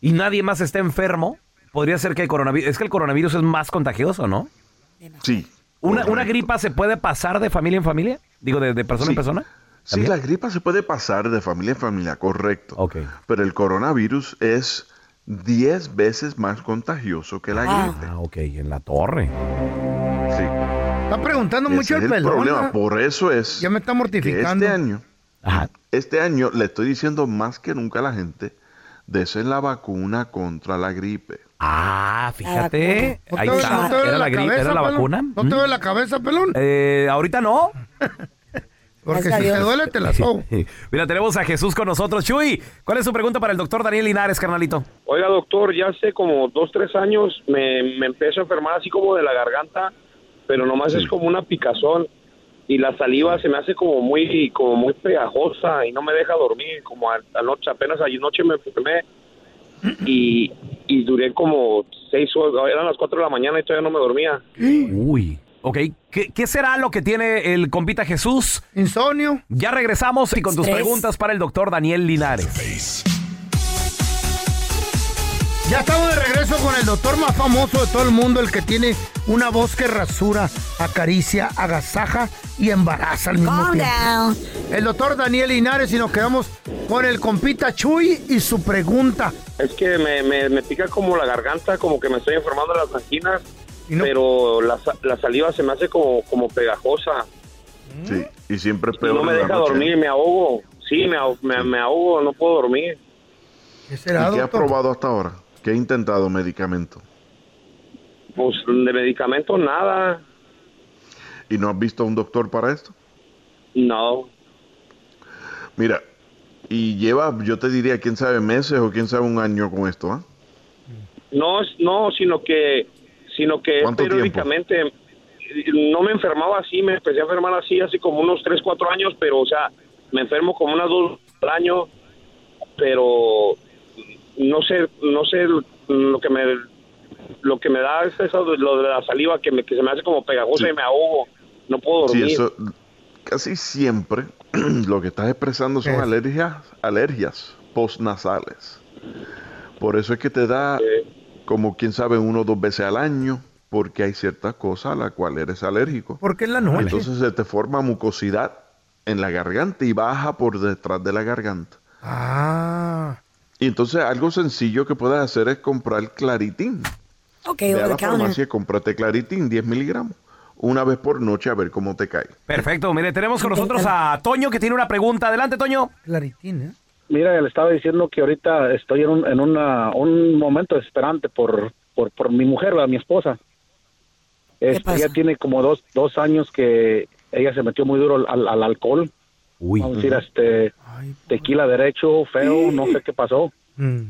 y nadie más está enfermo? Podría ser que el coronavirus. Es que el coronavirus es más contagioso, ¿no?
Sí.
¿Una, una gripa se puede pasar de familia en familia? Digo, de, de persona
Sí.
en persona.
Sí, la gripa se puede pasar de familia en familia, correcto. Pero el coronavirus es 10 veces más contagioso que la gripe.
Ah, ok, en la torre.
Sí.
Está preguntando
Ese
mucho
es
el
el
pelón.
problema.
¿ah?
Por eso es
Ya me está
que
mortificando.
este año Este año le estoy diciendo más que nunca a la gente, desen la vacuna contra la gripe.
Ah, fíjate.
¿No te
Ahí
duele-
está.
no te duele
Era la,
la
gripe,
cabeza,
era la
Pelón?
vacuna. Mm.
¿No te duele la cabeza, pelón?
Eh, ahorita no.
Porque si te duele, te
(laughs)
la sobo.
Mira, tenemos a Jesús con nosotros. Chuy, ¿cuál es su pregunta para el doctor Daniel Linares, carnalito?
Oiga, doctor, ya hace como dos, tres años me, me empiezo a enfermar así como de la garganta, pero nomás es como una picazón y la saliva se me hace como muy como muy pegajosa y no me deja dormir, como a- anoche, apenas anoche me enfermé y, y duré como seis horas, eran las cuatro de la mañana y todavía no me dormía.
Uy. Ok, ¿Qué, qué será lo que tiene el compita Jesús?
Insomnio.
Ya regresamos y con tus
Estrés.
preguntas para el doctor Daniel Linares.
Ya estamos de regreso con el doctor más famoso de todo el mundo, el que tiene una voz que rasura, acaricia, agasaja y embaraza al mismo
Calm
tiempo.
down.
El doctor Daniel Linares y nos quedamos con el compita Chuy y su pregunta.
Es que me, me, me pica como la garganta, como que me estoy enfermando de las anginas, pero la, sa- la saliva se me hace como, como pegajosa.
Sí, y siempre es
Y
peor.
no me
en la
deja
noche.
dormir, me ahogo. Sí, me, ahog- me, me ahogo, no puedo dormir.
¿Y qué ha probado hasta ahora? ¿Qué ha intentado medicamento?
Pues de medicamento nada.
¿Y no has visto a un doctor para esto?
No.
Mira, y lleva, yo te diría, quién sabe meses o quién sabe un año con esto, ¿ah?
No, es- no, sino que sino que es
¿Cuánto tiempo?
periódicamente no me enfermaba así, me empecé a enfermar así hace como unos 3, 4 años, pero o sea, me enfermo como unas dos al año, pero no sé, no sé lo que me lo que me da es eso de- lo de la saliva que, me, que se me hace como pegajosa y me ahogo, no puedo
Sí,
dormir.
eso casi siempre (clears throat) lo que estás expresando son alergias, alergias postnasales. Por eso es que te da como quién sabe uno o dos veces al año, porque hay ciertas cosas a las cuales eres alérgico.
Porque en la noche.
Entonces se te forma mucosidad en la garganta y baja por detrás de la garganta.
Ah.
Y entonces algo sencillo que puedes hacer es comprar claritín.
Ok,
Ve a
over
la
the counter.
farmacia y cómprate claritín, 10 miligramos, una vez por noche a ver cómo te cae.
Perfecto, mire, tenemos con nosotros a Toño que tiene una pregunta. Adelante, Toño.
Claritina.
Mira, le estaba diciendo que ahorita estoy en un, en una, un momento desesperante por, por, por mi mujer, ¿verdad? mi esposa. Este, Ella tiene como dos, dos años que ella se metió muy duro al, al alcohol. Vamos a decir, este, tequila derecho, feo, no sé qué pasó.
Mm.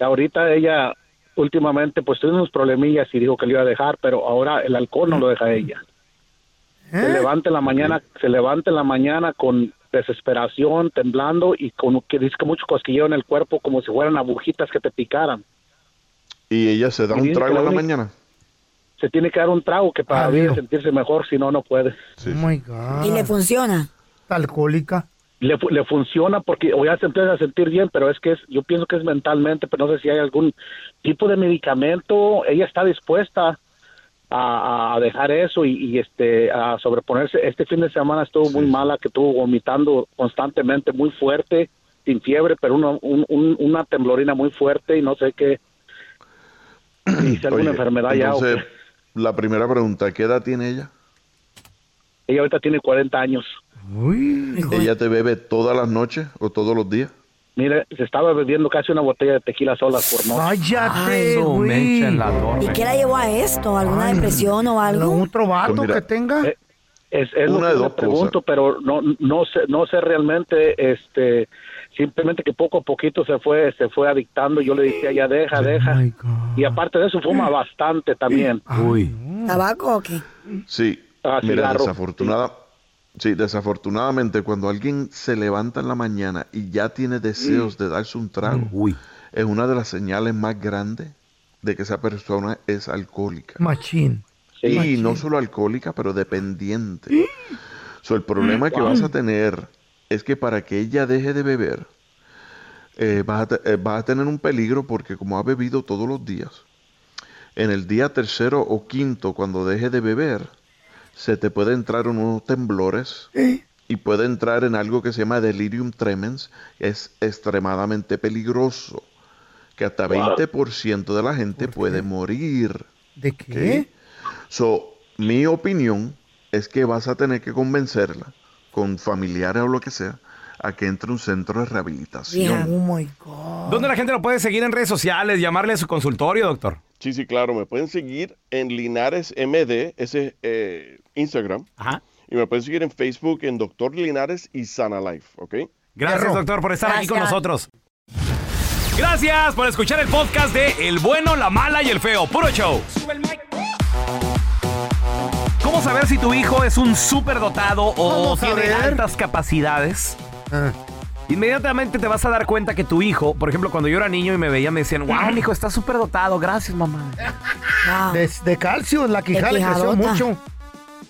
Ahorita ella, últimamente, pues tuvo unos problemillas y dijo que le iba a dejar, pero ahora el alcohol no lo deja ella. Se levanta en la mañana, se levanta en la mañana con desesperación, temblando y con que dice que mucho cosquilleo en el cuerpo, como si fueran agujitas que te picaran.
Y ella se da
Y
un
dice que
trago
la
en la
única-
mañana.
Se tiene que dar un trago que para
Ah,
bien
no.
sentirse mejor, si no, no puede.
Oh my God.
Y le funciona.
Alcohólica.
Le, fu- le funciona porque o ya se empieza a sentir bien, pero es que es, yo pienso que es mentalmente, pero no sé si hay algún tipo de medicamento. Ella está dispuesta a, a dejar eso y, y, este a sobreponerse. Este fin de semana estuvo muy mala, que estuvo vomitando constantemente, muy fuerte, sin fiebre, pero una, un- un- una temblorina muy fuerte y no sé qué. Si es alguna
Oye,
enfermedad ya. o
entonces,
qué.
la primera pregunta, ¿qué edad tiene ella?
Ella ahorita tiene 40 años.
¿Ella te bebe todas las noches o todos los días?
Mira, Eh, se estaba bebiendo casi una botella de tequila sola por noche.
Cállate, güey.
¿Y qué la llevó a esto? ¿Alguna depresión o algo?
¿Otro vato
Pues mira,
que tenga?
Es, es
Una de
lo que me
dos
pregunto, pero no, no sé, no sé realmente, este, simplemente que poco a poquito se fue, se fue adictando. Yo le decía, ya deja, deja. Y aparte de eso, fuma bastante también.
Uy.
¿Tabaco o qué?
Sí,
Ah,
mira,
cigarro.
desafortunada, sí, desafortunadamente cuando alguien se levanta en la mañana y ya tiene deseos de darse un trago, es una de las señales más grandes de que esa persona es alcohólica.
Machín.
y
Machín.
no solo alcohólica, pero dependiente. So, el problema que
Wow.
vas a tener es que para que ella deje de beber, eh, vas, a te- eh, vas a tener un peligro porque como ha bebido todos los días, en el día tercero o quinto, cuando deje de beber, se te puede entrar unos temblores y puede entrar en algo que se llama delirium tremens. Es extremadamente peligroso, que hasta 20% de la gente puede morir.
¿De qué?
So, mi opinión es que vas a tener que convencerla con familiares o lo que sea a que entre a un centro de rehabilitación.
Oh my God.
¿Dónde la gente lo puede seguir en redes sociales? Llamarle a su consultorio, doctor.
Sí, sí, claro. Me pueden seguir en Linares MD, ese es eh, Instagram. Y me pueden seguir en Facebook en Doctor Linares y Sana Life, ¿ok?
Gracias, doctor, por estar aquí con
Gracias.
nosotros. Gracias por escuchar el podcast de El bueno, la mala y el feo. Puro show. ¿Cómo saber si tu hijo es un superdotado o
Vamos a
tiene
ver.
altas capacidades?
Ah.
Inmediatamente te vas a dar cuenta que tu hijo, por ejemplo, cuando yo era niño y me veía, me decían, wow, mi hijo está superdotado, gracias, mamá.
De, de calcio, la quijada le creció
quijadota.
mucho.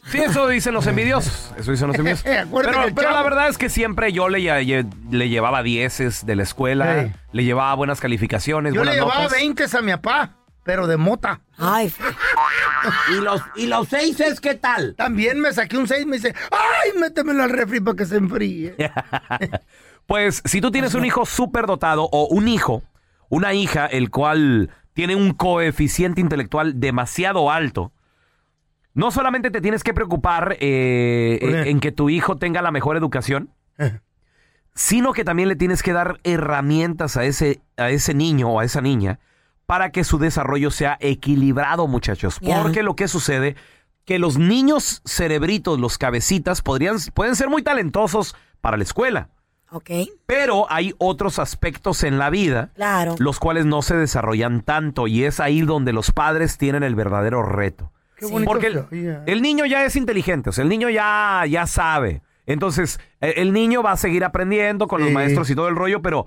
Sí, eso dicen los envidiosos. Eso dicen los envidiosos.
Eh, (laughs) acuérdate
pero
que el
pero la
chavo-
verdad es que siempre yo le, lle- le llevaba dieces de la escuela,
Ey.
le llevaba buenas calificaciones,
Yo le
buenas
llevaba
notas.
20 a mi papá, pero de mota. (laughs)
Ay.
¿Y los, ¿Y los seises qué tal? También me saqué un seis, me dice, ¡ay, métemelo al refri para que se enfríe!
(laughs) Pues si tú tienes un hijo superdotado o un hijo, una hija, el cual tiene un coeficiente intelectual demasiado alto, no solamente te tienes que preocupar eh,
¿Por qué?
en que tu hijo tenga la mejor educación, sino que también le tienes que dar herramientas a ese, a ese niño o a esa niña para que su desarrollo sea equilibrado, muchachos.
Ya.
Porque lo que sucede, que los niños cerebritos, los cabecitas, podrían, pueden ser muy talentosos para la escuela.
Ok.
Pero hay otros aspectos en la vida,
Claro.
los cuales no se desarrollan tanto y es ahí donde los padres tienen el verdadero reto. Porque el, el niño ya es inteligente, o sea, el niño ya, ya sabe. Entonces, e- el niño va a seguir aprendiendo con los
Sí.
maestros y todo el rollo, pero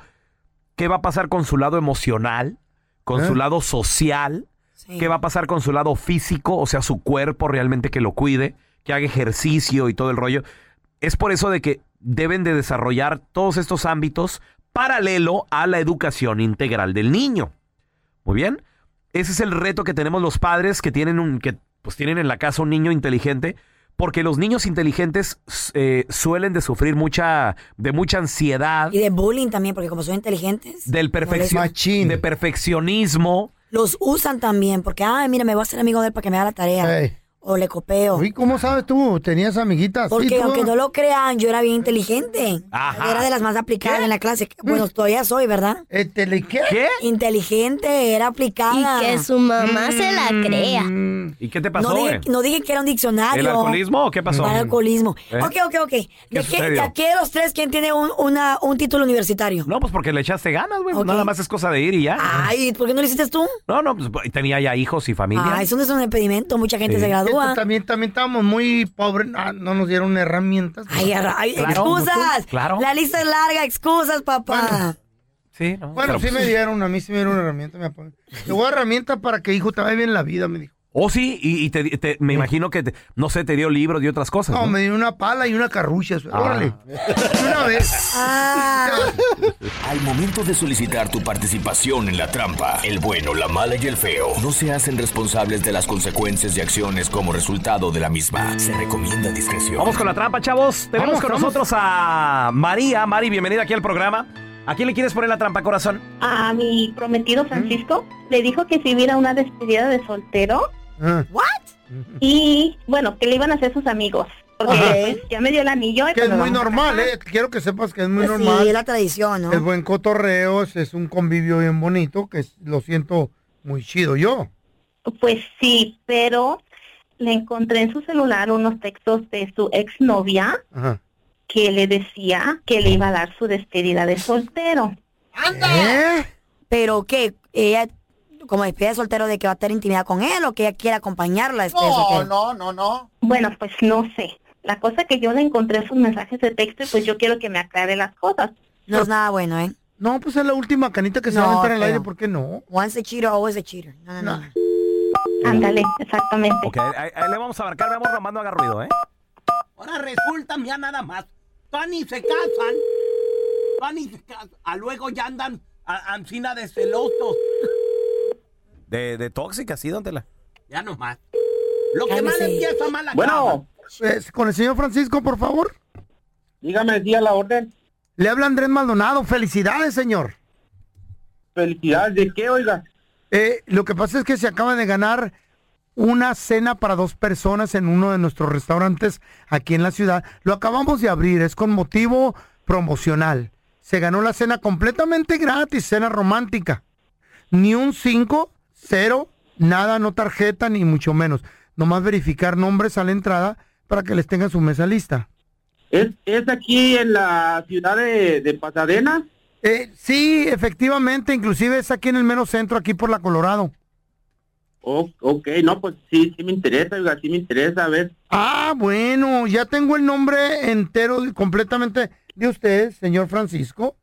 ¿qué va a pasar con su lado emocional? ¿Con su lado social? ¿Qué va a pasar con su lado físico? O sea, su cuerpo realmente que lo cuide, que haga ejercicio y todo el rollo. Es por eso de que deben de desarrollar todos estos ámbitos paralelo a la educación integral del niño. Muy bien. Ese es el reto que tenemos los padres que tienen un, que pues tienen en la casa un niño inteligente, porque los niños inteligentes eh, suelen de sufrir mucha, de mucha ansiedad,
Y de bullying también, porque como son inteligentes,
del perfeccio- de perfeccionismo.
los usan también, porque, ay, mira, me voy a hacer amigo de él para que me haga la tarea. O le copeo.
¿Y cómo sabes tú? ¿Tenías amiguitas?
Porque
Sí, tú,
aunque
ah.
no lo crean, yo era bien inteligente.
Ajá.
Era de las más aplicadas en la clase. Bueno, todavía soy, ¿verdad?
Este, ¿Qué?
Inteligente, era aplicada.
Y que su mamá se la crea.
Mm.
¿Y qué te pasó?
no, dije,
eh?
no dije que era un diccionario.
¿El alcoholismo o qué pasó?
El alcoholismo.
¿Eh?
Ok, ok, ok. ¿De qué,
sucedió?
de aquí de los tres quién tiene un, una- un título universitario?
No, pues porque le echaste ganas, güey.
Ok.
Nada más es cosa de ir y ya.
Ay, ¿por qué no lo hiciste tú?
No, no, pues tenía ya hijos y familia.
Ay, Ah, eso no es un impedimento. Mucha gente
Sí.
se
Esto
gradúa.
También, también estábamos muy pobres, ah, no nos dieron herramientas.
Ay, arra- ay,
pues
excusas. La lista es larga, excusas, papá.
Sí, no.
Bueno,
Pero,
sí
pues,
me dieron, a mí sí me dieron herramientas. Mi papá. Le voy a dar herramientas para que hijo te vaya bien en la vida, me dijo.
Oh, sí, y, y te, te- me imagino que, te- no sé, te dio libros y otras cosas.
No,
No,
me dieron una pala y una carrucha.
Ah.
Órale. Una vez.
Ah.
Al momento de solicitar tu participación en la trampa, el bueno, la mala y el feo no se hacen responsables de las consecuencias y acciones como resultado de la misma. Se recomienda discreción.
Vamos con la trampa, chavos.
Vamos,
Tenemos con
vamos.
nosotros a María. Mari, bienvenida aquí al programa. ¿A quién le quieres poner la trampa, corazón?
a mi
Mm.
prometido Francisco le dijo que si hubiera una despedida de soltero
¿What?
y bueno que le iban a hacer sus amigos porque
Ajá.
pues, ya me dio el anillo y
Que
pues,
es
nos
muy
vamos a
normal,
casar.
¿eh? Quiero que sepas que es muy
Pues sí,
normal.
es la tradición, ¿no?
El buen cotorreo es- es un convivio bien bonito que es- lo siento muy chido yo.
pues sí pero le encontré en su celular unos textos de su exnovia
Ajá.
que le decía que le iba a dar su despedida de soltero
¿Eh? Pero que ella, como despedida de soltero, de que va a estar intimidad con él o que ella quiere acompañarla. a despedida de soltero.
no no no bueno pues no sé la cosa que yo le encontré en sus mensajes de texto y pues yo quiero que me aclare las cosas
No es nada bueno, ¿eh?
No, pues es la última canita que se va a
No,
aventar al
feo.
aire, ¿por qué no?
Once a cheater, always a cheater. No, no, no.
Ándale, exactamente.
Ok, ahí, ahí le vamos a abarcar, mi amor, nomás no haga ruido, ¿eh?
Ahora resulta, ya nada más. Tony se casan. Tony se casan. A luego ya andan a, ancina de celosos.
De, de tóxica, sí, la
Ya nomás. Lo que mal empieza, mal acaba.
Bueno.
Pues,
Es Eh, con el señor Francisco, por favor.
Dígame, día la orden.
Le habla Andrés Maldonado. Felicidades, señor.
¿Felicidades de qué, oiga?
Eh, lo que pasa es que se acaba de ganar una cena para dos personas en uno de nuestros restaurantes aquí en la ciudad. Lo acabamos de abrir, es con motivo promocional. Se ganó la cena completamente gratis, cena romántica. Ni un 5, 0, nada, no tarjeta, ni mucho menos. Nomás verificar nombres a la entrada para que les tengan su mesa lista.
¿Es, es aquí en la ciudad de, de Pasadena?
Eh, sí, efectivamente, inclusive es aquí en el mero centro, aquí por la Colorado.
Oh, ok, no, pues sí, sí me interesa, oiga, sí me interesa, a ver.
Ah, bueno, ya tengo el nombre entero y completamente de usted, señor Francisco.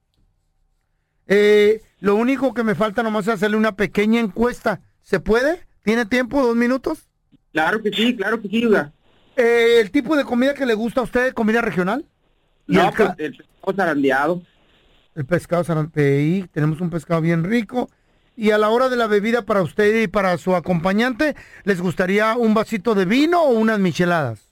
Eh, lo único que me falta nomás es hacerle una pequeña encuesta. ¿Se puede? ¿Tiene tiempo? ¿Dos minutos?
Claro que sí, claro que sí, oiga.
Eh, ¿El tipo de comida que le gusta a usted, comida regional?
No, el, pues, el pescado zarandeado.
El pescado zarandeado, tenemos un pescado bien rico. Y a la hora de la bebida para usted y para su acompañante, ¿les gustaría un vasito de vino o unas micheladas?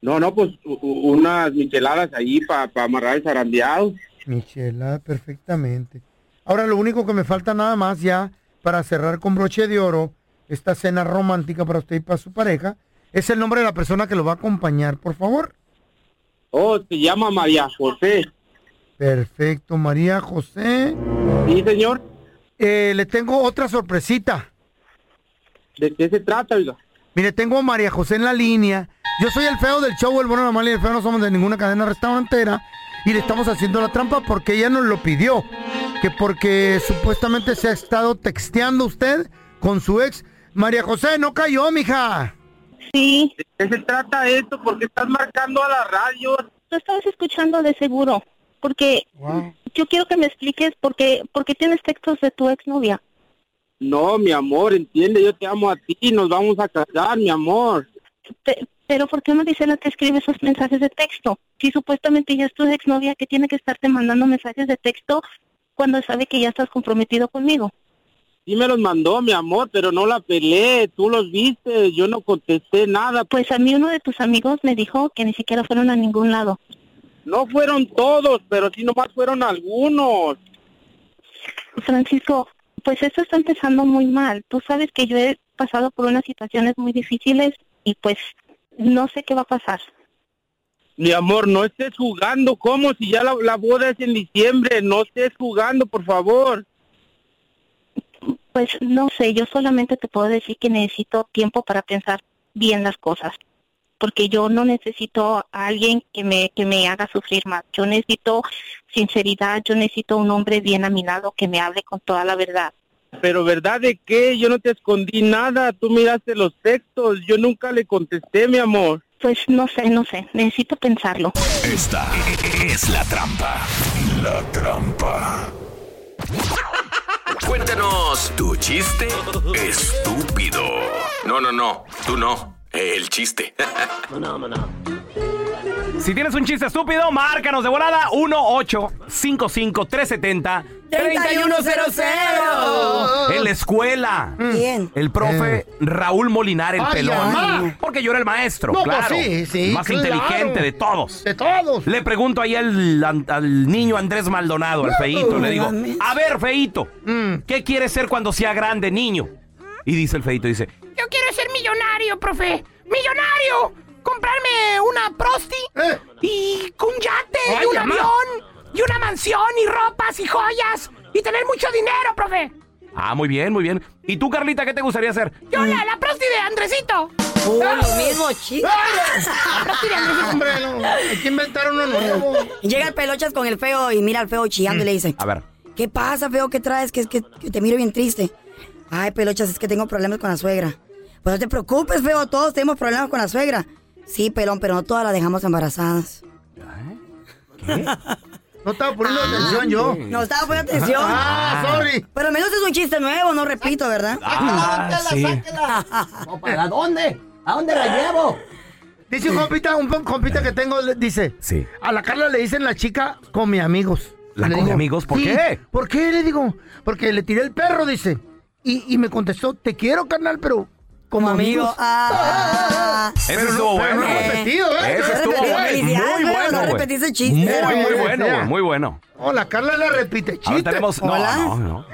No, no, pues u- u- unas micheladas allí para amarrar el zarandeado.
Michelada, perfectamente. Ahora lo único que me falta nada más ya para cerrar con broche de oro esta cena romántica para usted y para su pareja es el nombre de la persona que lo va a acompañar, por favor.
Oh, se llama María José.
Perfecto, María José.
Sí, señor.
Eh, le tengo otra sorpresita.
¿De qué se trata, oiga?
Mire, tengo a María José en la línea. Yo soy el feo del show, el bueno, la mala y el feo no somos de ninguna cadena restaurantera. Y le estamos haciendo la trampa porque ella nos lo pidió. Que porque supuestamente se ha estado texteando usted con su ex. María José, no cayó, mija.
Sí. ¿De qué se trata esto? Porque estás marcando a la radio.
Tú estabas escuchando de seguro, porque
Wow.
yo quiero que me expliques por qué, por qué tienes textos de tu exnovia.
No, mi amor, entiende, yo te amo a ti, nos vamos a casar, mi amor.
Pe- pero ¿por qué Marisela te escribe esos mensajes de texto? Si supuestamente ya es tu exnovia, que tiene que estarte mandando mensajes de texto cuando sabe que ya estás comprometido conmigo?
Sí me los mandó, mi amor, pero no la peleé, tú los viste, yo no contesté nada.
Pues a mí uno de tus amigos me dijo que ni siquiera fueron a ningún lado.
No fueron todos, pero sí nomás fueron algunos.
Francisco, pues esto está empezando muy mal. Tú sabes que yo he pasado por unas situaciones muy difíciles y pues no sé qué va a pasar.
Mi amor, no estés jugando, ¿cómo? Si ya la, la boda es en diciembre, no estés jugando, por favor.
Pues no sé, yo solamente te puedo decir que necesito tiempo para pensar bien las cosas, porque yo no necesito a alguien que me, que me haga sufrir más. Yo necesito sinceridad, yo necesito un hombre bien a mi lado que me hable con toda la verdad.
Pero ¿verdad de qué? Yo no te escondí nada, tú miraste los textos, yo nunca le contesté, mi amor.
Pues no sé, no sé, necesito pensarlo.
Esta es la trampa. La trampa. Cuéntanos tu chiste estúpido. No, no, no. Tú no. El chiste.
Si tienes un chiste estúpido, márcanos de volada 1855370
3100.
En la escuela. El profe
Eh.
Raúl Molinar, el
Ay,
pelón.
ajá.
Porque yo era el maestro,
Ah, No, pues
claro.
sí, sí,
más
claro.
inteligente de todos.
De todos.
Le pregunto ahí al, an- al niño Andrés Maldonado, al
No, Mm.
feito. Le digo,
mames.
a ver, feito, ¿qué quieres ser cuando sea grande, niño? Y dice el feito, dice,
Yo quiero ser millonario, profe. ¡Millonario! Comprarme una prosti y un yate
Eh. Ay,
y un
mamá.
avión y una mansión y ropas y joyas y tener mucho dinero, profe.
ah, muy bien, muy bien. ¿Y tú, Carlita, qué te gustaría hacer?
Yo la, la prosti de Andresito.
Oh, lo mismo, chico.
La prosti de Andresito.
Hombre, no, hay que inventar uno nuevo.
Llega el pelochas con el feo y mira al feo chillando y le dice,
A ver.
¿qué pasa, feo? ¿Qué traes? Que, que, que te miro bien triste. Ay, pelochas, es que tengo problemas con la suegra. Pues no te preocupes, feo, todos tenemos problemas con la suegra. Sí, pelón, pero no todas las dejamos embarazadas.
No estaba poniendo atención yo.
Ah, No estaba poniendo atención.
Ah, sorry.
Pero al menos es un chiste nuevo, no repito, ¿verdad?
Ah, sí.
¿Para dónde? ¿A dónde la llevo?
Dice un compita, un pom- compita que tengo, le- dice.
Sí.
A la Carla le dicen la chica come amigos.
¿La
Le
come amigos? ¿Por
"Sí,
qué?"
¿Por qué? Le digo, porque le tiré el perro, dice. Y, y me contestó, te quiero, carnal, pero como amigos.
ah.
Ese estuvo bueno,
no
güey.
repetido, ¿eh?
Ese estuvo bueno. Muy
Felicidades, güey,
bueno,
no
güey.
repetiste el chiste.
Muy, muy
güey.
bueno, güey, muy bueno.
Oh, la Carla la repite,
Ahora
chiste.
tenemos. No,
Hola.
no,
(laughs)
no.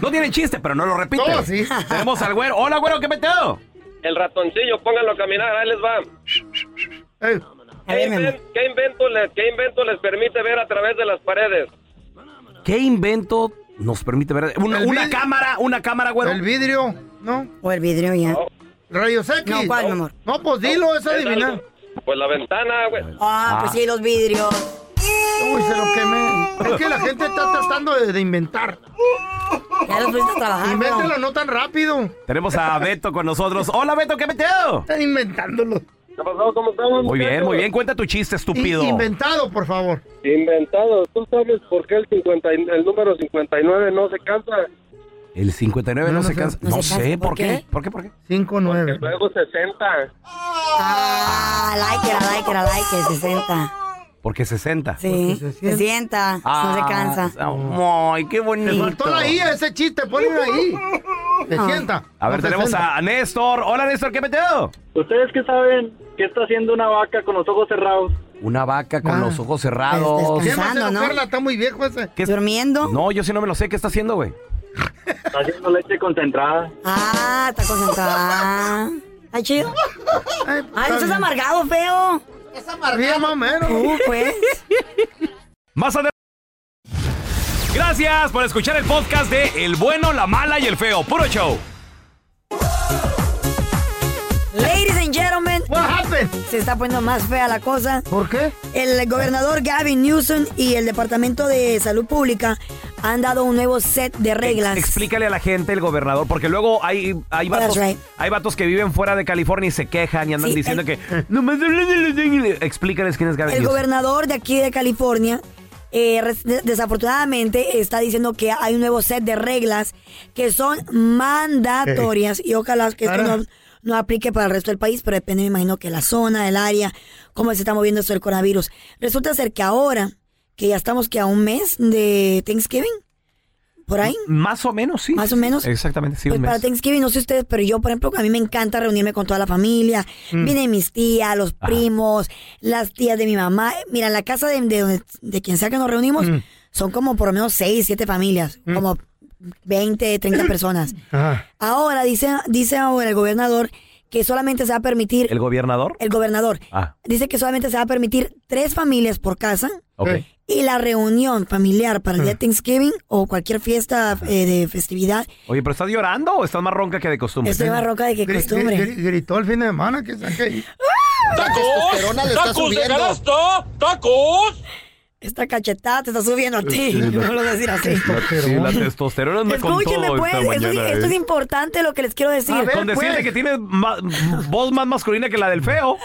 No tiene chiste, pero no lo repite.
No, sí.
Tenemos al güero. Hola, güero, ¿qué meteo?
El ratoncillo, pónganlo a caminar, ahí les va.
¿Qué, inven- qué invento les, ¿Qué invento les permite ver a través de las paredes?
¿Qué invento nos permite ver? Una, una cámara, una cámara, güero.
El vidrio, ¿no?
O el vidrio ya.
Rayos X.
No, ¿cuál, mi amor?
No, pues dilo, es adivinar.
Pues la ventana, güey.
Ah, pues sí, los vidrios.
Uy, se lo quemé. Es que la gente está tratando de, de inventar.
Ya lo fuiste a trabajar.
Invéntalo no tan rápido.
Tenemos a Beto con nosotros. Hola, Beto, ¿qué meteo?
Están inventándolo.
¿Qué pasó? ¿Cómo estamos?
Muy bien, muy bien. Cuenta tu chiste, estúpido.
In- inventado, por favor.
Inventado. ¿Tú sabes por qué el, 50 y- el número 59 no se cansa?
El 59 no, se cansa. No, sé, ¿por qué? ¿Por qué? ¿Por qué?
5-9.
Luego 60.
Ah, like it, I like it, I like it, 60.
Porque 60.
Sí, se sienta, no se cansa.
Ah, Ay, qué bonito.
Le faltó la I a ese chiste, ponlo ahí. Se
Ah.
sienta.
A ver,
No se
tenemos
sienta.
a Néstor. Hola, Néstor, ¿qué meteo?
¿Ustedes qué saben? ¿Qué está haciendo una vaca con los ojos cerrados?
Una vaca
Ah,
con los ojos cerrados.
¿Qué más se Carla? Está muy viejo ese.
¿Qué- No, yo sí no me lo sé. ¿Qué está haciendo, güey?
Está haciendo leche concentrada.
Ah, está concentrada. Ay, chido. Ay, no estás amargado, feo.
Es amargado. más o menos.
Uh, pues.
Más adelante. Gracias por escuchar el podcast de El bueno, la mala y el feo. Puro show.
Ladies and gentlemen, Se está poniendo más fea la cosa.
¿Por qué?
El gobernador Gavin Newsom y el Departamento de Salud Pública han dado un nuevo set de reglas.
Ex- Explícale a la gente, el gobernador, porque luego hay, hay, vatos,
That's right.
hay vatos que viven fuera de California y se quejan y andan
Sí,
diciendo que... "No me duele, duele, duele". Explícales quién es Gavin
El
Newsom.
gobernador de aquí de California, eh, res- de- desafortunadamente, está diciendo que hay un nuevo set de reglas que son mandatorias y ojalá que esto no, no aplique para el resto del país, pero depende, me imagino, que la zona, el área, cómo se está moviendo esto del coronavirus. Resulta ser que ahora, que ya estamos que a un mes de Thanksgiving, por ahí.
Más o menos, sí.
Más o menos.
Exactamente, sí,
Pues
un
para
mes.
Thanksgiving, no sé ustedes, pero yo, por ejemplo, a mí me encanta reunirme con toda la familia.
Mm.
Vienen mis tías, los
Ajá.
primos, las tías de mi mamá. Mira, en la casa de, de, donde- de quien sea que nos reunimos,
Mm.
son como por lo menos seis, siete familias, como
(clears throat)
20, 30 personas. Ahora dice, dice ahora el gobernador que solamente se va a permitir,
¿El gobernador?
el gobernador,
Ah,
dice que solamente se va a permitir tres familias por casa.
ok.
Y la reunión familiar para el
Mm.
día de Thanksgiving o cualquier fiesta eh, de festividad
Oye, pero ¿estás llorando o estás más ronca que de costumbre?
Estoy más ronca de que costumbre.
gritó el fin de semana que saqué.
¡Tacos!
¡Tacos de
canasta! ¡Tacos!
Esta cachetada te está subiendo a
Sí,
ti. (laughs) No
la-
lo voy a decir así.
Sí, la testosterona anda con
Escúcheme,
todo
pues.
esta
Esto, es-
mañana,
esto es
eh.
importante lo que les quiero decir.
Con decirte
pues.
que tienes ma- voz más masculina que la del feo.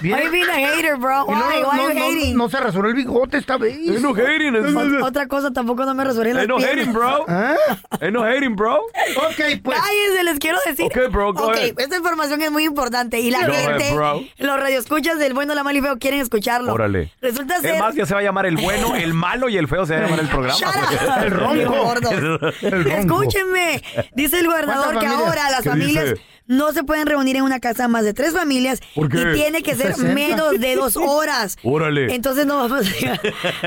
Why you being a hater, bro?
Y no,
Why? Why
no,
you
no,
hating?
no se rasuró el bigote esta vez.
no hating, es-
Ot- Otra cosa, tampoco no me resolví las
Ain't no
piernas.
hating, bro. Ain't Eh, no hating, bro.
Ok, pues.
Cállense, les quiero decir.
Ok, bro, go
Ok,
ahead.
esta información es muy importante. Y la
Go ahead,
gente,
bro.
los radioescuchas del bueno, la mala y feo quieren escucharlo.
Órale.
Resulta ser...
Es más, ya se va a llamar el bueno, el malo y el feo se va a llamar el programa. pues.
El ronco. Escúchenme. Dice el gobernador
¿Cuántas
que
familias?
ahora las
¿Qué
familias
dice?
no se pueden reunir en una casa más de tres familias
¿Por qué?
y tiene que ser
60.
menos de dos horas.
Órale.
Entonces no vamos a
(laughs)
llegar.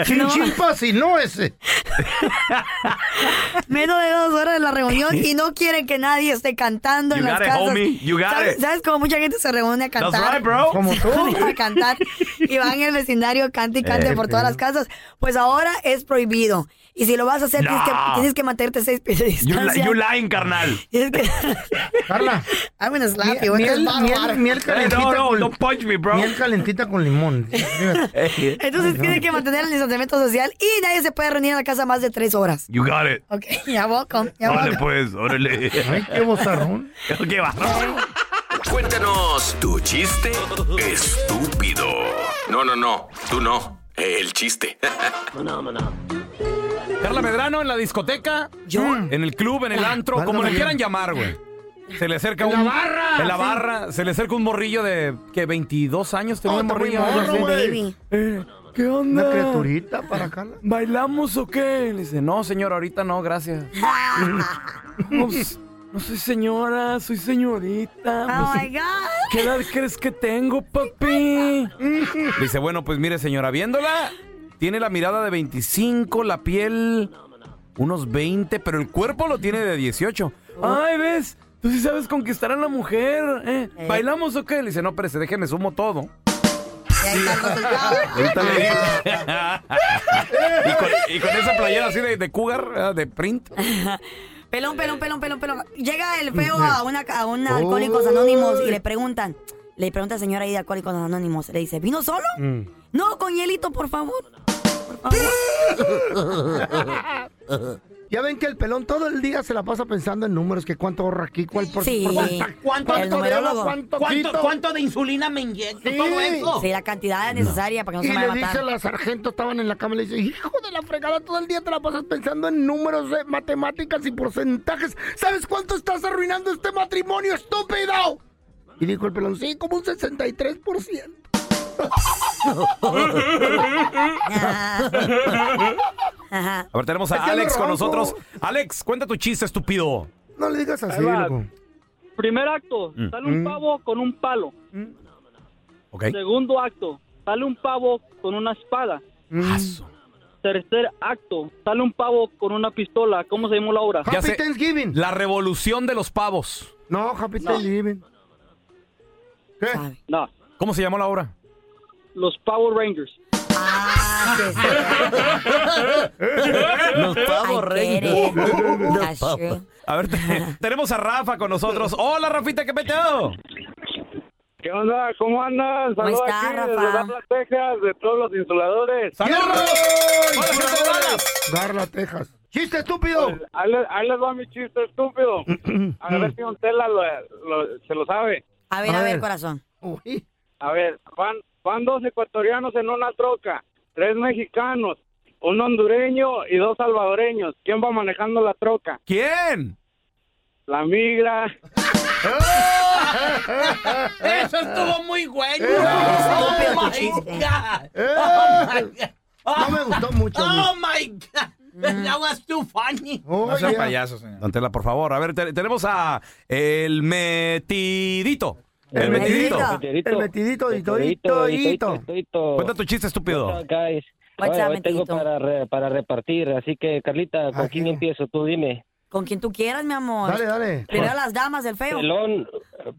Chin, chin, pasi, no ese.
menos de dos horas de la reunión y no quieren que nadie esté cantando
You
en las
got it,
casas.
homie. You got
¿Sabes,
it.
¿Sabes cómo mucha gente se reúne a
That's
cantar?
right, bro. Como
se
tú.
reúne a cantar y van en el vecindario, cante y cante
Eh,
por todas las casas. Pues ahora es prohibido. Y si lo vas a hacer, tienes, que,
No.
tienes que mantenerte seis pies de
You, li-
distancia.
you lying, carnal.
Tienes que...
Carla.
(laughs) I'm gonna slap you.
Miel,
Esto es
miel,
bárbaro.
miel, calentita.
no,
con,
don't punch me, bro.
Miel calentita con
(laughs)
limón.
Entonces
Ay, no.
tienes que mantener el distanciamiento social y nadie se puede reunir en la casa más de tres horas.
You got it.
Ok, (laughs) ya welcome. Ya
Órale,
welcome.
pues, órale.
Ay, qué
(laughs)
bozarrón.
Qué bozarrón.
Cuéntanos tu chiste estúpido. No, no, no. Tú no. El chiste. (laughs)
Carla Medrano en la discoteca.
¿Yo?
En el club, en el
Ah,
antro,
válgame
como le
Dios.
quieran llamar, güey. Se le acerca
En la
un...
barra,
En la
sí.
barra. Se le acerca un morrillo de... que 22 años tenía
Oh,
el
está muy
morrillo.
morro, güey.
Eh, ¿Qué onda?
Una criaturita
para Carla.
¿Bailamos o qué? Le dice, no, señor, ahorita no, gracias. no, pues, no soy señora, soy señorita.
Oh
Pues,
my God.
¿Qué edad crees que tengo, papi? Le dice, bueno, pues mire, señora, viéndola, tiene la mirada de 25, la piel unos 20, pero el cuerpo lo tiene de 18. Ay, ¿ves? Tú sí sabes conquistar a la mujer. ¿eh? ¿Bailamos o qué? Le dice, no, pero déjeme sumo todo. Ahorita le digo. y, con, y con esa playera así de, de cougar, ¿verdad? de print.
Pelón, pelón, pelón, pelón, pelón. Llega el feo a una a un Alcohólicos Anónimos y le preguntan, le pregunta a la señora ahí de Alcohólicos Anónimos, le dice, ¿vino solo? No, con hielito, por favor.
(laughs) Ya ven que el pelón todo el día se la pasa pensando en números, que cuánto ahorra aquí, cuál por,
Sí.
por-
¿Cuánta- cuánto El
cuánto
numerólogo.
debo, cuánto
¿Cuánto,
quito?
cuánto de insulina
(laughs)
me inyecto?
Sí.
Todo eso.
Sí, la cantidad necesaria para que
y
no se vaya a
le dice
matar.
a la sargento, estaban en la cama, le dice, hijo de la fregada, todo el día te la pasas pensando en números, eh, matemáticas y porcentajes. ¿Sabes cuánto estás arruinando este matrimonio, estúpido? Y dijo el pelón, sí, como un 63%.
(laughs)
(laughs)
(laughs)
Ajá.
A ver, tenemos
Es
a
que lo
Alex con
ronco.
nosotros. Alex, cuenta tu chiste, estúpido.
No le digas así,
Ahí va.
loco.
Primer acto,
Mm.
sale un
Mm.
pavo con un palo.
Ok.
Segundo acto, sale un pavo con una espada. Ah, Tercer acto, sale un pavo con una pistola. ¿Cómo se llama la obra?
Ya sé, La revolución de los pavos.
No, Happy Thanksgiving.
No.
¿Cómo se llamó la obra?
Los Power Rangers.
Los
pavos
Los pavos. A ver, te- tenemos a Rafa con nosotros. Hola, Rafita, ¿qué peteo?
¿Qué onda? ¿Cómo andan?
¿Cómo
Saludos
está,
aquí
Rafa?
desde Dallas, Texas, de todos los insuladores.
¡Saludos! Darla, Texas. ¡Chiste estúpido!
Pues, ahí, les, ahí les va mi
(clears throat)
chiste estúpido. A ver si Don Tela lo- lo- se lo sabe.
A ver, a ver, corazón.
A ver, van, van dos ecuatorianos en una troca, tres mexicanos, un hondureño y dos salvadoreños. ¿Quién va manejando la troca?
¿Quién?
La migra.
Eso estuvo muy bueno.
Eh.
estúpido
Oh,
tu
my
chiste.
God.
Eh.
Oh, my God.
No me gustó mucho a mí.
Oh, my God.
Mm.
That was too funny.
Oh,
No seas payaso, señor. Don Tela, por favor. A ver, te- tenemos a el metidito. El metidito.
El metidito, dito, dito,
Toito,
dito.
Cuenta tu chiste, estúpido.
guys?
What's
Oye,
up,
hoy tengo para, re- para repartir, así que Carlita, ¿con quién empiezo? Tú dime.
Con quien tú quieras, mi amor.
Dale, dale.
Primero las damas del feo.
Pelón,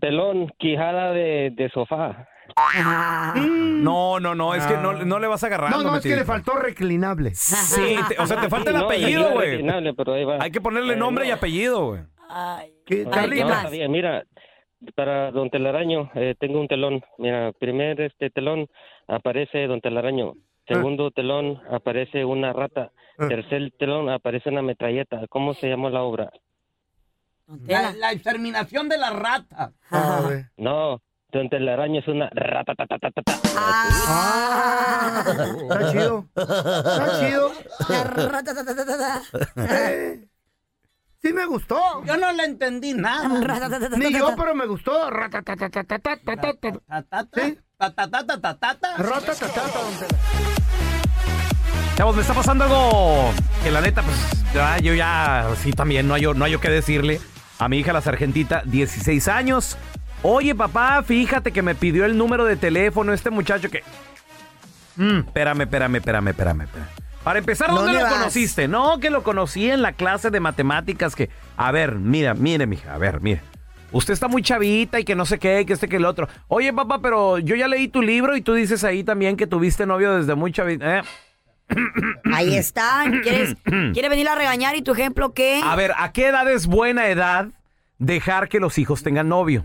pelón, quijada de, de sofá.
Ah,
Mm.
No, no, no, es que no, no le vas agarrando.
Ah. No, no, es que
metidito.
le faltó reclinable.
Sí, te- o sea, te falta el
Sí, no,
apellido,
señor,
güey.
original, pero ahí va.
Hay que ponerle
Eh,
nombre
no.
y apellido, güey.
Ay, no,
Carlita.
está bien, mira, para Don Telaraño, eh, tengo un telón. Mira, primer este telón aparece Don Telaraño. Segundo telón aparece una rata. Tercer telón aparece una metralleta. ¿Cómo se llamó la obra?
La, la exterminación de la rata.
No, Don Telaraño es una rata.
Ah.
Está chido. Está chido. Eh, Sí me gustó.
Yo no le entendí nada.
Ni yo, pero me gustó. Ratatatatatatatata. Sí. Ratatatata, don Tela.
Chavos, me está pasando algo que la neta, pues ya, yo ya, sí, también, no hay, no hay que decirle a mi hija, la sargentita, 16 años. Oye, papá, fíjate que me pidió el número de teléfono este muchacho que... Mm, espérame, espérame, espérame, espérame, espérame. Para empezar, ¿dónde
¿Dónde
lo
vas?
conociste? No, que lo conocí en la clase de matemáticas que... A ver, mira, mire, mija, a ver, mire. Usted está muy chavita y que no sé qué, que este, que el otro. Oye, papá, pero yo ya leí tu libro y tú dices ahí también que tuviste novio desde muy chavita. ¿eh?
Ahí está.
(clears throat)
¿Quieres, ¿Quieres venir a regañar y tu ejemplo qué?
A ver, ¿a qué edad es buena edad dejar que los hijos tengan novio?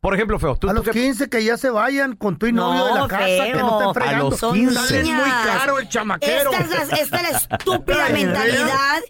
Por ejemplo, Feo, tú,
A
tú
los
qué-
15 que ya se vayan con tu y novio
No,
de la casa, que no
feo.
estén fregando.
A los 15.
Es muy caro el chamaquero.
Esta es la, esta
(laughs)
es la estúpida
Ay,
mentalidad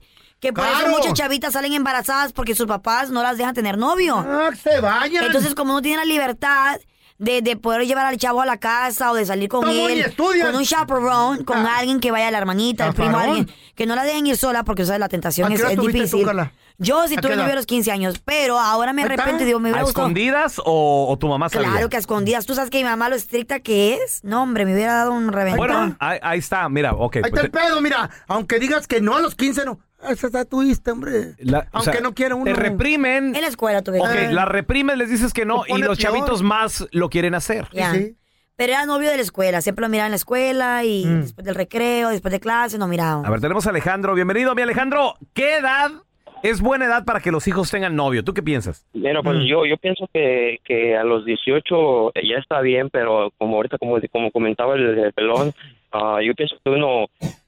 que por eso
Claro.
muchas chavitas salen embarazadas porque sus papás no las dejan tener novio.
Ah, se vayan.
Entonces, como no tienen la libertad de, de poder llevar al chavo a la casa o de salir con
Toman y Ah.
él,
estudian.
con un chaperone, con alguien que vaya la hermanita, el primo,
Chaparón.
alguien, que no la dejen ir sola porque, sabes, la
¿A
tentación
qué
es,
edad
es
tuviste tú,
difícil.
Carla?
Yo sí
¿A
tuve
qué
novio a
edad?
los 15 años, pero ahora me arrepiento, digo, me
¿A
hubiera gustado.
escondidas o, o tu mamá sabía?
Claro que a escondidas. Tú sabes que mi mamá lo estricta que es. No, hombre, me hubiera dado un reventón.
Bueno, ahí, ahí está, mira, ok. pues
Ahí está el pedo, mira. Aunque digas que no a los 15, no. Ah, Esa edad tuviste, hombre. Aunque no quiera uno.
Te reprimen.
En la escuela tuve
Ok,
que-
la reprimen, les dices que no
Te
y
pone
los
peor.
chavitos más lo quieren hacer.
Ya. Pero era novio de la escuela. Siempre lo miraba en la escuela y
Mm.
después del recreo, después de clase, no miraba.
A ver, tenemos a Alejandro. Bienvenido, mi Alejandro. ¿Qué edad ¿Es buena edad para que los hijos tengan novio? ¿Tú qué piensas?
Mira, pues
Mm.
yo, yo pienso que, que a los 18 ya está bien, pero como ahorita, como, como comentaba el, el pelón, ah, yo pienso que uno,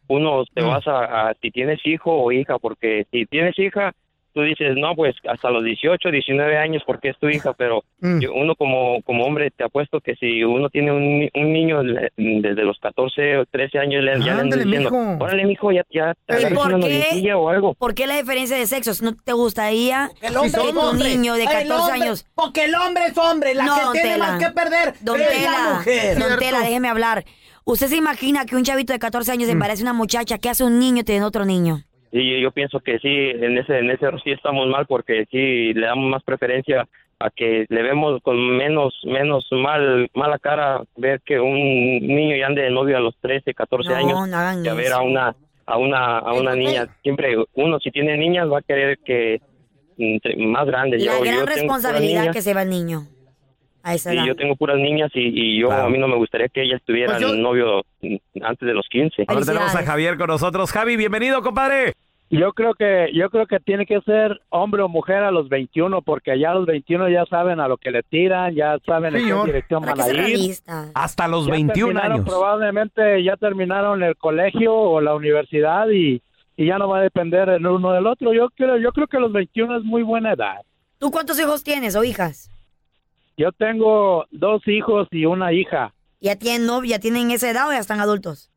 uno te
Mm.
vas a, a si tienes hijo o hija, porque si tienes hija, tú dices, no, pues hasta los 18, 19 años, porque es tu hija, pero
Mm.
yo- uno como, como hombre, te apuesto que si uno tiene un, ni- un niño le- desde los 14 o 13 años, le, ya le andan
Ándale,
diciendo,
mijo.
órale, mijo, ya, ya te
¿Y
agarras una
por qué?
noviecilla o algo.
¿Por qué la diferencia de sexos? ¿No te gustaría
el hombre
que
es
tu
hombre.
niño de
El
14
hombre-
años...
Porque el hombre es hombre, la que tiene más que perder
Don
es la
Tela,
mujer.
Don
Cierto.
Tela, déjeme hablar. ¿Usted se imagina que un chavito de 14 años
Mm.
embarace a una muchacha? ¿Qué hace un niño y teniendo otro niño?
Sí, yo- yo pienso que sí, en ese, en ese sí estamos mal porque sí le damos más preferencia a que le vemos con menos, menos mal, mala cara ver que un niño ya ande de novio a los 13, 14
No,
años
no hagan
que a ver
eso.
a una, a una, a una niña. Siempre uno si tiene niñas va a querer que mm, tre- más grande.
La
Yo- yo
gran
tengo puras
responsabilidad
niñas,
que se va el niño a esa edad.
sí, yo tengo puras niñas y, y yo a mí no me gustaría que ellas tuvieran
Pues yo-
novio mm, antes de los 15.
Ahora tenemos a Javier con nosotros. Javi, bienvenido, compadre.
Yo creo que yo creo que tiene que ser hombre o mujer a los 21 porque ya a los 21 ya saben a lo que le tiran, ya saben en qué dirección van a ir.
Hasta los
Ya
21
terminaron,
años.
Probablemente ya terminaron el colegio o la universidad y, y ya no va a depender el uno del otro. Yo creo yo creo que los 21 es muy buena edad.
¿Tú cuántos hijos tienes o hijas?
Yo tengo dos hijos y una hija.
¿Ya tienen novia? ¿Ya tienen esa edad o ya están adultos?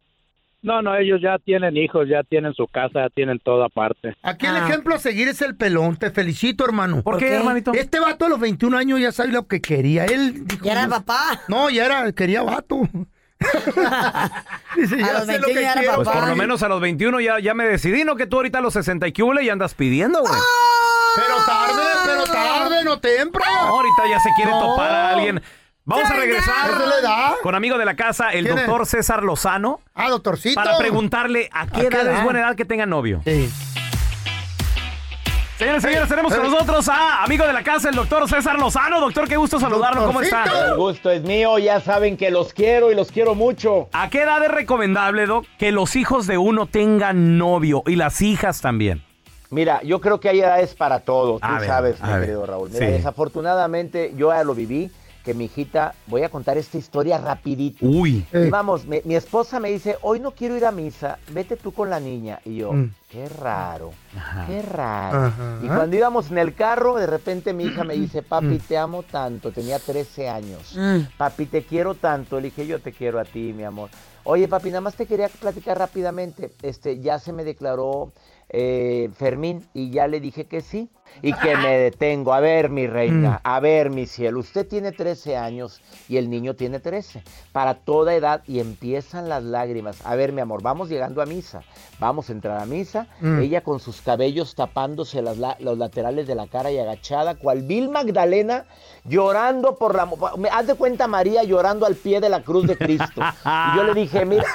No, no, ellos ya tienen hijos, ya tienen su casa, ya tienen toda parte.
Aquí el ejemplo a seguir es el pelón. Te felicito, hermano. ¿Por
qué, qué? hermanito?
Este vato a los 21 años ya sabía lo que quería. Él dijo,
Ya era
"Yo-
papá.
No, ya era, quería
(laughs)
vato. Dice, ya sé lo que quiero.
Pues por lo menos a los 21 ya, ya me decidí, ¿no? Que tú ahorita a los 60 y que huele y andas pidiendo, güey.
Ah, Pero tarde, pero tarde, no temprano.
ahorita ya se quiere topar a alguien. Vamos a
¿Eso le da?
regresar con amigo de la casa, el
¿Quién es?
doctor César Lozano,
Ah, doctorcito.
para preguntarle a qué edad es buena edad que tenga novio. Señores, señores, tenemos con nosotros a amigo de la casa, el doctor César Lozano. Doctor, qué gusto saludarlo. ¿Cómo está?
El gusto es mío, ya saben que los quiero y los quiero mucho.
¿A qué edad es recomendable, Doc, que los hijos de uno tengan novio y las hijas también?
Mira, yo creo que hay edades para todo, tú
A ver,
sabes,
a
mi
ver.
querido Raúl. Mira,
Sí.
desafortunadamente yo ya lo viví, que mi hijita, voy a contar esta historia rapidito.
Uy.
Y vamos, mi, mi esposa me dice, hoy no quiero ir a misa, vete tú con la niña. Y yo, Mm. qué raro, qué raro. Ajá. Y cuando íbamos en el carro, de repente mi hija me dice, papi, te amo tanto, tenía 13 años. Papi, te quiero tanto. Le dije, yo te quiero a ti, mi amor. Oye, papi, nada más te quería platicar rápidamente. Este, ya se me declaró eh, Fermín y ya le dije que sí y que me detengo. A ver, mi reina, a ver, mi cielo. Usted tiene 13 años y el niño tiene 13. Para toda edad y empiezan las lágrimas. A ver, mi amor, vamos llegando a misa. Vamos a entrar a misa.
Mm.
Ella con sus cabellos tapándose las la- los laterales de la cara y agachada, cual Vil Magdalena llorando por la... mo- Me, haz de cuenta María llorando al pie de la cruz de Cristo. Y yo le dije, mira,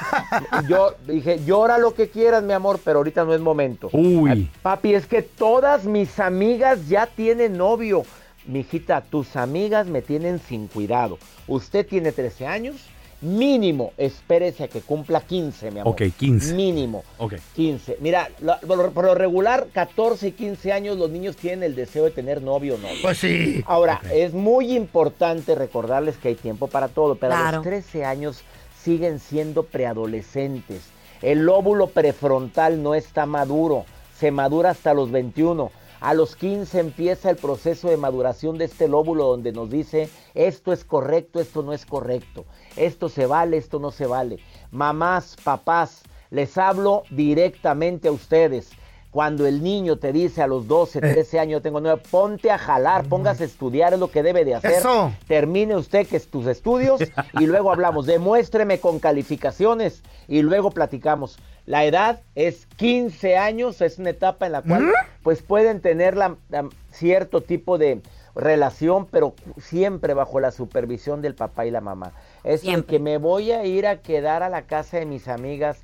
yo dije, llora lo que quieras, mi amor, pero ahorita no es momento.
Uy.
Papi, es que todas mis amigas ya tienen novio. Mijita, tus amigas me tienen sin cuidado. Usted tiene 13 años, mínimo, espérese a que cumpla 15, mi amor.
Ok, 15.
Mínimo.
Ok. (laughs)
15. Mira, lo- por, lo, por lo regular, 14 y 15 años los niños tienen el deseo de tener novio o novia.
Pues sí.
Ahora, es muy importante recordarles que hay tiempo para todo, pero a
Claro.
los 13 años siguen siendo preadolescentes. El lóbulo prefrontal no está maduro, se madura hasta los 21. A los 15 empieza el proceso de maduración de este lóbulo donde nos dice, esto es correcto, esto no es correcto, esto se vale, esto no se vale. Mamás, papás, les hablo directamente a ustedes. Cuando el niño te dice a los 12, 13 años, tengo nueve, ponte a jalar, póngase a estudiar, es lo que debe de hacer.
Eso.
Termine usted que tus estudios y luego hablamos. Demuéstreme con calificaciones y luego platicamos. La edad es 15 años, es una etapa en la
¿Mm?
cual pues pueden tener la- la- cierto tipo de relación, pero siempre bajo la supervisión del papá y la mamá. Es el que me voy a ir a quedar a la casa de mis amigas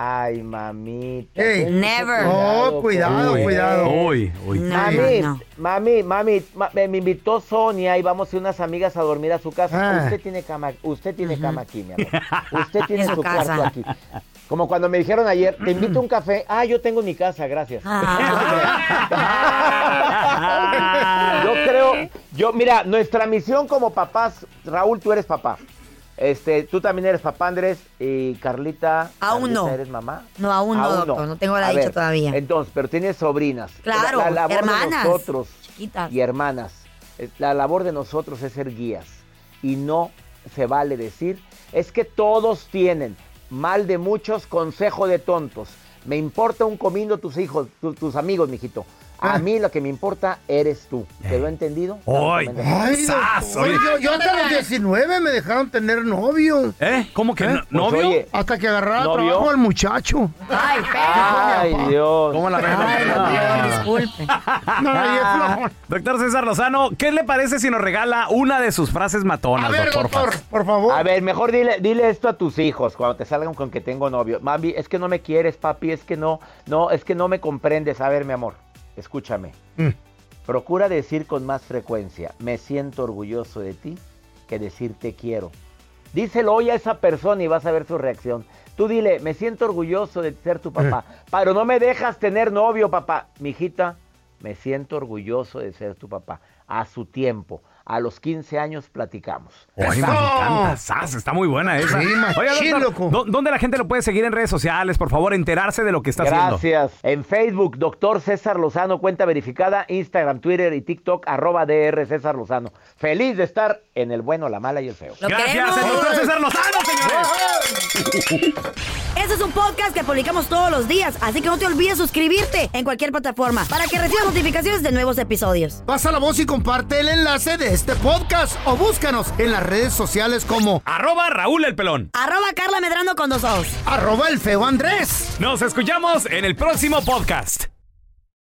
Ay, mamita.
Ey,
ten
never.
mucho
No, cuidado,
con
cuidado.
él.
Uy, uy. No,
Mami,
no, no.
mami, mami, ma- me, me invitó Sonia y vamos a ir unas amigas a dormir a su casa. Ah. Usted tiene cama, usted tiene cama aquí, mi amor. Usted tiene En su su cuarto casa. aquí. Como cuando me dijeron ayer, te invito a un café. Ah, yo tengo mi casa, gracias.
Ah.
(laughs) yo creo, yo, mira, nuestra misión como papás, Raúl, tú eres papá. Este, tú también eres papá, Andrés, y Carlita.
Aún no.
Carlita, ¿Eres mamá?
No, aún no, doctor, no tengo la
A
dicha
ver,
todavía.
Entonces, pero tienes sobrinas.
Claro,
La- la labor de
hermanas.
nosotros
Chiquitas.
y hermanas, es- la labor de nosotros es ser guías y no se vale decir, es que todos tienen mal de muchos, consejo de tontos. Me importa un comino tus hijos, tu- tus amigos, mijito. A mí lo que me importa eres tú. ¿Te lo he entendido?
Ay, ay, doctor, yo, yo hasta los 19 me dejaron tener novio.
¿Eh? ¿Cómo que no-
Pues,
novio?
oye,
Hasta que agarraba
¿Novio?
trabajo al muchacho.
Ay,
Ay, Dios.
¿Cómo la Ah. (laughs)
Disculpe.
Ah.
Doctor César Lozano, ¿qué le parece si nos regala una de sus frases matonas, doctor?
por favor. A ver, mejor dile, dile esto a tus hijos cuando te salgan con que tengo novio. Mami, es que no me quieres, papi, es que no, no, es que no me comprendes. A ver, mi amor, escúchame. Procura decir con más frecuencia, me siento orgulloso de ti, que decir te quiero. Díselo hoy a esa persona y vas a ver su reacción. Tú dile, me siento orgulloso de ser tu
(laughs)
papá, pero no me dejas tener novio, papá. Mijita, me siento orgulloso de ser tu papá. A su tiempo, a los 15 años platicamos.
Ay, me encanta, sas, está muy buena esa.
Sí, machín,
Oiga, doctor, ¿dó- ¿dónde la gente lo puede seguir en redes sociales? Por favor, enterarse de lo que está haciendo.
Gracias. En Facebook, doctor César Lozano, cuenta verificada, Instagram, Twitter y TikTok, arroba DR César Lozano. Feliz de estar en el bueno, la mala y el feo.
Gracias, el doctor César Lozano, señores.
Este es un podcast que publicamos todos los días, así que no te olvides suscribirte en cualquier plataforma para que recibas notificaciones de nuevos episodios.
Pasa la voz y comparte el enlace de este podcast o búscanos en las redes sociales como
Arroba Raúl el Pelón.
Arroba Carla Medrano con dos ojos.
arroba el feo Andrés.
Nos escuchamos en el próximo podcast.